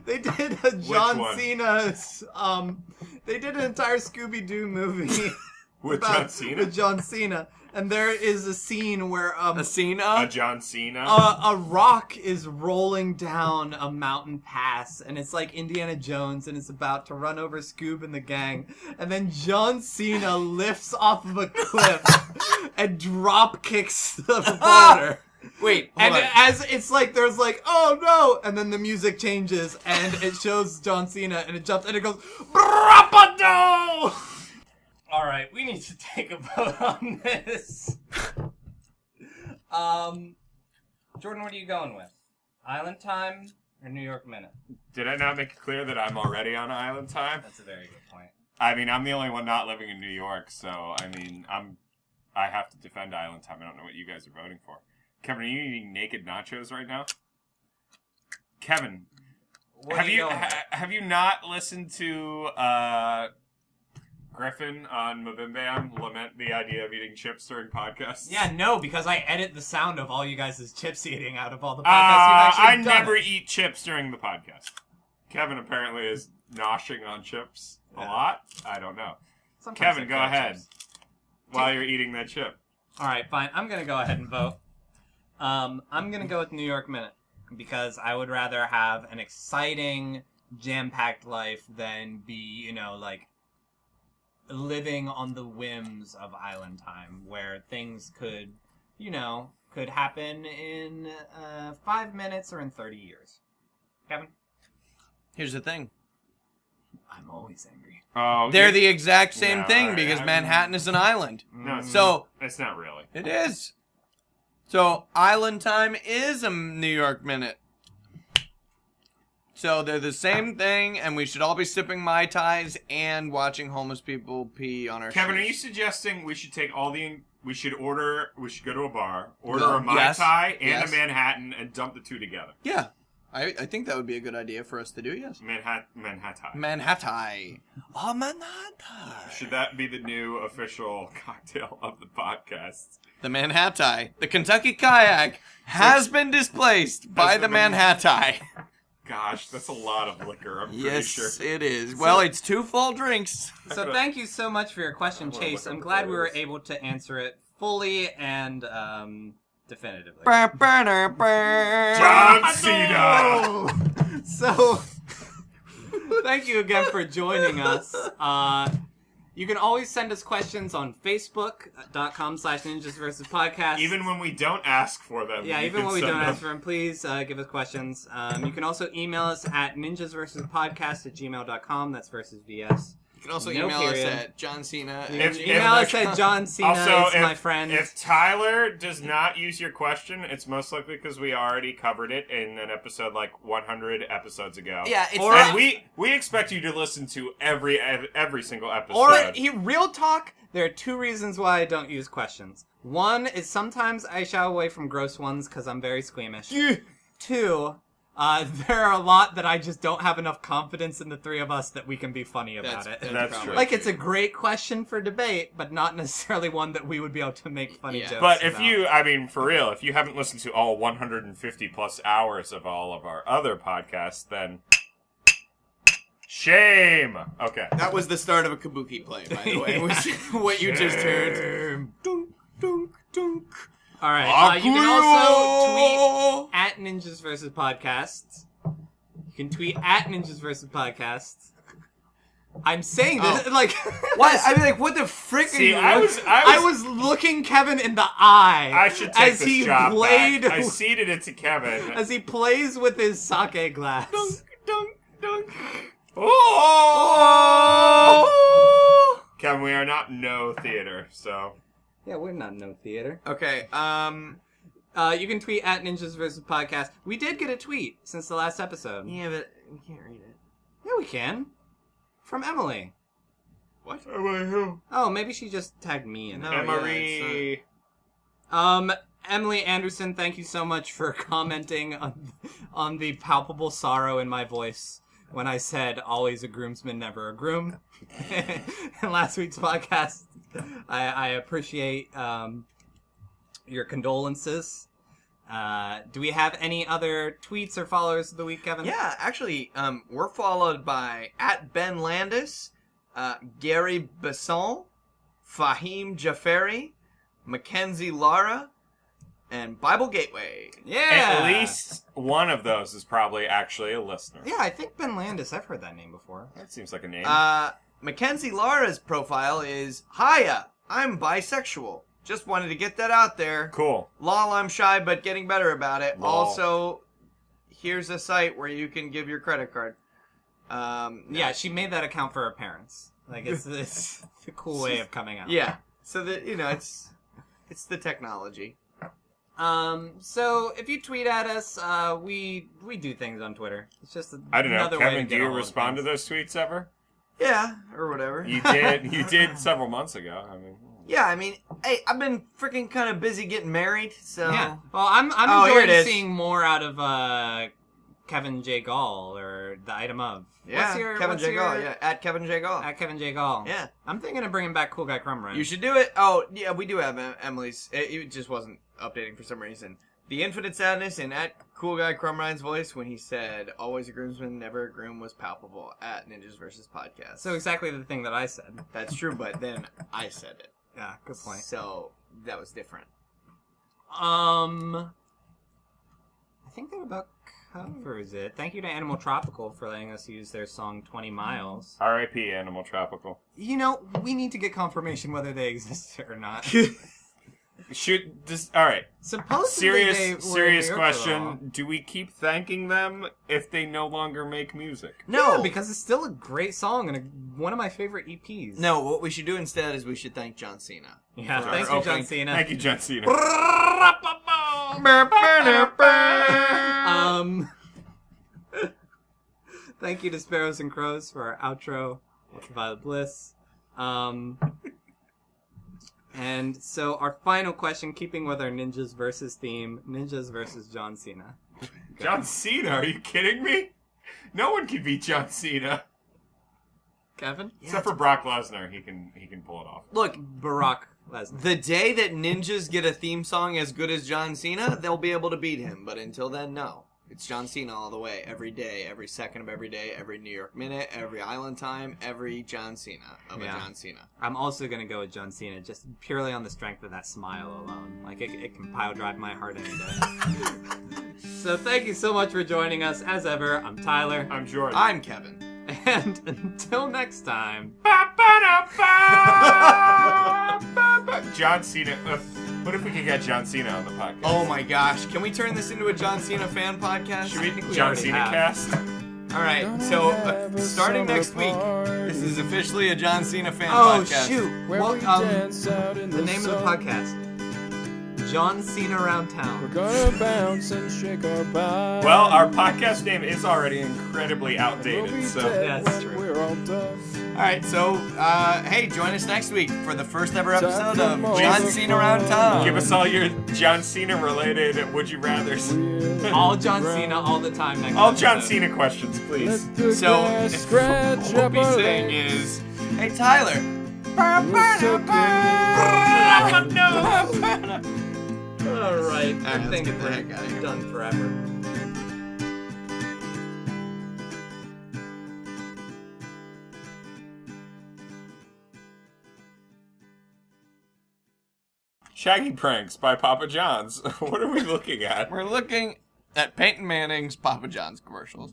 Speaker 1: They did a John
Speaker 3: one?
Speaker 1: Cena's um they did an entire Scooby Doo movie
Speaker 3: With
Speaker 1: about-
Speaker 3: John Cena?
Speaker 1: with John Cena. And there is a scene where um
Speaker 2: a
Speaker 1: a,
Speaker 3: A
Speaker 2: cena
Speaker 3: John Cena.
Speaker 1: a rock is rolling down a mountain pass and it's like Indiana Jones and it's about to run over Scoob and the gang. And then John Cena lifts off of a cliff and drop kicks the water.
Speaker 2: wait
Speaker 1: And
Speaker 2: hold on.
Speaker 1: as it's like there's like oh no, and then the music changes and it shows John Cena and it jumps and it goes Brapado! All right, we need to take a vote on this. Um, Jordan, what are you going with? Island time or New York minute?
Speaker 3: Did I not make it clear that I'm already on island time?
Speaker 1: That's a very good point.
Speaker 3: I mean, I'm the only one not living in New York, so I mean, I'm I have to defend island time. I don't know what you guys are voting for. Kevin, are you eating naked nachos right now? Kevin,
Speaker 1: What
Speaker 3: have
Speaker 1: are you,
Speaker 3: you,
Speaker 1: going with?
Speaker 3: ha- have you not listened to uh, Griffin on Mabimban lament the idea of eating chips during podcasts?
Speaker 1: Yeah, no, because I edit the sound of all you guys' chips eating out of all the podcasts
Speaker 3: Uh,
Speaker 1: you've actually
Speaker 3: I
Speaker 1: done.
Speaker 3: never eat chips during the podcast. Kevin apparently is noshing on chips a
Speaker 1: Yeah.
Speaker 3: lot. I don't know.
Speaker 1: Sometimes I
Speaker 3: Kevin, go
Speaker 1: feel like
Speaker 3: ahead. While you're eating that chip,
Speaker 1: All right, fine. I'm gonna go ahead and vote. Um, I'm gonna go with New York Minute because I would rather have an exciting, jam-packed life than be, you know, like living on the whims of Island Time, where things could, you know, could happen in uh, five minutes or in thirty years. Kevin,
Speaker 2: here's the thing
Speaker 1: I'm always angry.
Speaker 3: oh,
Speaker 2: they're
Speaker 3: you-
Speaker 2: the exact same
Speaker 3: No,
Speaker 2: thing
Speaker 3: I-
Speaker 2: because
Speaker 3: I-
Speaker 2: manhattan is an island
Speaker 3: no. It's,
Speaker 2: Mm, so
Speaker 3: Mm, it's not really.
Speaker 2: it is so island time is a new york minute So they're the same thing, and we should all be sipping mai tais and watching homeless people pee on our.
Speaker 3: Kevin, are you
Speaker 2: shoes.
Speaker 3: suggesting we should take all the? We should order. We should go to a bar, order
Speaker 2: No.
Speaker 3: a mai
Speaker 2: Yes.
Speaker 3: tai and a
Speaker 2: Yes.
Speaker 3: Manhattan, and dump the two together.
Speaker 2: Yeah, I I think that would be a good idea for us to do. Yes,
Speaker 3: Manhattan, Manhattan.
Speaker 2: Manhattan. Oh, Manhattan.
Speaker 3: should that be the new official cocktail of the podcast?
Speaker 2: The Manhattan, the Kentucky kayak, has been displaced by
Speaker 3: the
Speaker 2: the
Speaker 3: Man-
Speaker 2: Manhattan.
Speaker 3: Gosh, that's a lot of liquor. I'm pretty
Speaker 2: Yes,
Speaker 3: sure.
Speaker 2: it is. Well, it's two full drinks.
Speaker 1: So thank you so much for your question,
Speaker 3: wanna look
Speaker 1: Chase.
Speaker 3: up
Speaker 1: I'm
Speaker 3: what
Speaker 1: glad
Speaker 3: that
Speaker 1: we were
Speaker 3: is.
Speaker 1: able to answer it fully and um, definitively.
Speaker 2: Burr, burner, burr.
Speaker 3: John Cena.
Speaker 1: So, thank you again for joining us. Uh, you can always send us questions on facebook.com slash ninjas versus podcast.
Speaker 3: Even when we don't ask for them.
Speaker 1: yeah,
Speaker 3: you
Speaker 1: even
Speaker 3: can
Speaker 1: when we
Speaker 3: send
Speaker 1: don't
Speaker 3: them.
Speaker 1: ask for them, please uh, give us questions. Um, you can also email us at ninjas versus podcast at gmail.com. That's versus VS.
Speaker 2: You can also
Speaker 1: No
Speaker 2: email us
Speaker 1: period.
Speaker 2: at John Cena.
Speaker 3: If- if-
Speaker 1: email us at John Cena
Speaker 3: Also,
Speaker 1: is
Speaker 3: if,
Speaker 1: my friend.
Speaker 3: if Tyler does not use your question, it's most likely because we already covered it in an episode like 100 episodes ago.
Speaker 2: yeah, it's
Speaker 1: Or
Speaker 2: not-
Speaker 3: And we we expect you to listen to every ev- every single episode.
Speaker 1: Or he, real talk, there are two reasons why I don't use questions. One is sometimes I shy away from gross ones because I'm very squeamish. Two, uh, there are a lot that I just don't have enough confidence in the three of us that we can be funny about
Speaker 2: That's-
Speaker 1: it.
Speaker 2: that's
Speaker 3: That's
Speaker 2: probably
Speaker 3: true.
Speaker 1: like it's a great question for debate, but not necessarily one that we would be able to make funny
Speaker 2: Yeah.
Speaker 1: jokes.
Speaker 3: but if
Speaker 1: about.
Speaker 3: you, I mean, for real, if you haven't listened to all 150 plus hours of all of our other podcasts, then shame. Okay.
Speaker 2: That was the start of a kabuki play, by the way. was what you just heard. Dunk, dunk, dunk.
Speaker 1: all right, uh, you can also tweet at Ninjas versus Podcasts. You can tweet at Ninjas versus Podcasts. I'm saying
Speaker 3: Oh.
Speaker 1: this like
Speaker 2: What? I'd be like, what the frick are
Speaker 3: See,
Speaker 2: you?
Speaker 3: I was, I
Speaker 1: I
Speaker 3: was,
Speaker 1: was looking Kevin in the eye
Speaker 3: I should take
Speaker 1: as
Speaker 3: this
Speaker 1: he
Speaker 3: job
Speaker 1: played
Speaker 3: back. I ceded it to Kevin.
Speaker 1: as he plays with his sake glass.
Speaker 2: dunk, dunk.
Speaker 3: Oh! Kevin, we are not no theater, so
Speaker 1: Yeah, we're not no theater.
Speaker 2: Okay, um.
Speaker 1: Uh, you can tweet at Ninjas versus Podcast. We did get a tweet since the last episode.
Speaker 2: Yeah, but we can't read it.
Speaker 1: yeah we can. From Emily.
Speaker 2: What?
Speaker 3: Emily who?
Speaker 1: Oh, maybe she just tagged me in. it.
Speaker 2: No,
Speaker 3: Emery.
Speaker 1: Um, Emily Anderson, thank you so much for commenting on, on the palpable sorrow in my voice when I said always a groomsman, never a groom. in last week's podcast, I, I appreciate um, your condolences. Uh, do we have any other tweets or followers of the week, Kevin?
Speaker 2: Yeah, actually, um, we're followed by at Ben Landis, uh, Gary Besson, Fahim Jafari, Mackenzie Lara, and Bible Gateway.
Speaker 1: Yeah.
Speaker 3: At least one of those is probably actually a listener.
Speaker 1: Yeah, I think Ben Landis. I've heard that name before.
Speaker 3: That seems like a name.
Speaker 2: Uh, Mackenzie Lara's profile is Hiya, I'm bisexual. Just wanted to get that out there.
Speaker 3: cool.
Speaker 2: Lol, I'm shy, but getting better about it.
Speaker 3: Lol.
Speaker 2: Also, here's a site where you can give your credit card. Um,
Speaker 1: Yeah, she made that account for her parents. Like, it's, it's a cool way of coming out.
Speaker 2: Yeah. So that you know, it's it's the technology.
Speaker 1: Um, so if you tweet at us, uh, we we do things on Twitter. It's just
Speaker 3: I don't know.
Speaker 1: another way
Speaker 3: Kevin,
Speaker 1: to
Speaker 3: do
Speaker 1: get
Speaker 3: you
Speaker 1: all
Speaker 3: respond to
Speaker 1: things.
Speaker 3: those tweets ever?
Speaker 2: Yeah, or whatever.
Speaker 3: You did. You did several months ago. I mean,
Speaker 2: yeah, I mean, hey, I've been freaking kind of busy getting married, so
Speaker 1: Yeah. Well, I'm I'm
Speaker 2: Oh, here it
Speaker 1: enjoying
Speaker 2: is.
Speaker 1: seeing more out of uh, Kevin J. Gall or the item of
Speaker 2: yeah.
Speaker 1: What's your,
Speaker 2: Kevin
Speaker 1: what's
Speaker 2: J.
Speaker 1: your-
Speaker 2: Gall, yeah, at Kevin J. Gall.
Speaker 1: At Kevin J. Gall.
Speaker 2: Yeah.
Speaker 1: I'm thinking of bringing back Cool Guy Crumb Run.
Speaker 2: You should do it. Oh, yeah, we do have em- Emily's. It, it just wasn't updating for some reason. The infinite sadness in at cool guy Crumb Ryan's voice when he said, "Always a groomsman, never a groom" was palpable at Ninjas versus Podcast.
Speaker 1: So exactly the thing that I said.
Speaker 2: that's true, but then I said it,
Speaker 1: Yeah. Good point.
Speaker 2: so that was different.
Speaker 1: Um, I think that about covers it. Thank you to Animal Tropical for letting us use their song "20 Miles."
Speaker 3: R.I.P. Animal Tropical.
Speaker 1: You know, we need to get confirmation whether they exist or not.
Speaker 3: Shoot. This, all right.
Speaker 1: Supposedly,
Speaker 3: Serious,
Speaker 1: they were
Speaker 3: serious
Speaker 1: here for a while.
Speaker 3: question. Do we keep thanking them if they no longer make music?
Speaker 2: No,
Speaker 1: Yeah, because it's still a great song and a, one of my favorite E EPs.
Speaker 2: no. What we should do instead is we should thank John Cena.
Speaker 1: yeah,
Speaker 2: For
Speaker 1: thanks
Speaker 2: our
Speaker 1: to John
Speaker 2: opening.
Speaker 1: Cena.
Speaker 3: Thank you, John Cena.
Speaker 2: Burr, burr, burr, burr.
Speaker 1: Um, Thank you to Sparrows and Crows for our outro, Ultraviolet Bliss. Um, and so our final question, keeping with our ninjas versus theme, ninjas versus John Cena.
Speaker 3: John Cena, are you kidding me? No one can beat John Cena.
Speaker 1: Kevin,
Speaker 3: Except for Brock Lesnar, he can he can pull it off.
Speaker 2: Look,
Speaker 1: Barack Lesnar.
Speaker 2: the day that ninjas get a theme song as good as John Cena, they'll be able to beat him. But until then, no. It's John Cena all the way, every day, every second of every day, every New York minute, every island time, every John Cena of
Speaker 1: Yeah.
Speaker 2: a John Cena.
Speaker 1: I'm also gonna go with John Cena, just purely on the strength of that smile alone. Like it, it can pile drive my heart any day. so thank you so much for joining us. As ever, I'm Tyler,
Speaker 3: I'm Jordan.
Speaker 2: I'm Kevin.
Speaker 1: and until next time.
Speaker 2: Oh
Speaker 3: John Cena. Ugh. What if we could get John Cena on the podcast?
Speaker 2: Oh my gosh, can we turn this into a John Cena fan podcast?
Speaker 3: Should we
Speaker 1: we
Speaker 3: John
Speaker 1: already
Speaker 3: Cena
Speaker 1: have.
Speaker 3: cast?
Speaker 2: All right, so uh, starting next week, this is officially a John Cena fan
Speaker 1: Oh
Speaker 2: podcast.
Speaker 1: shoot!
Speaker 6: Where
Speaker 1: Well,
Speaker 6: we
Speaker 1: um,
Speaker 6: dance out in the,
Speaker 1: the name of the
Speaker 6: sun.
Speaker 1: podcast: John Cena Around
Speaker 6: We're
Speaker 1: Town.
Speaker 6: gonna bounce and shake our body.
Speaker 3: Well, our podcast name is already incredibly
Speaker 6: We'll be
Speaker 3: outdated, so
Speaker 6: dead
Speaker 1: Yeah, that's
Speaker 6: when
Speaker 1: true.
Speaker 6: We're all done.
Speaker 2: All right, so uh, hey, join us next week for the first ever episode of
Speaker 6: Please.
Speaker 2: John Cena Around Town.
Speaker 3: give us all your John Cena related Would You Rather's.
Speaker 6: We're
Speaker 1: All John Cena, all the time. Next
Speaker 3: All John
Speaker 1: episode.
Speaker 3: Cena questions, please.
Speaker 6: Let the
Speaker 2: So,
Speaker 6: grass scratch
Speaker 2: what
Speaker 6: up
Speaker 2: we
Speaker 6: our
Speaker 2: saying
Speaker 6: legs.
Speaker 2: is, hey Tyler.
Speaker 6: We're so
Speaker 2: All
Speaker 6: good.
Speaker 1: All right,
Speaker 2: right,
Speaker 1: I
Speaker 2: let's
Speaker 1: think
Speaker 2: get the
Speaker 1: we're
Speaker 2: heck out of here.
Speaker 1: done forever.
Speaker 3: Shaggy Pranks by Papa John's. what are we looking at?
Speaker 2: We're looking at Peyton Manning's Papa John's commercials.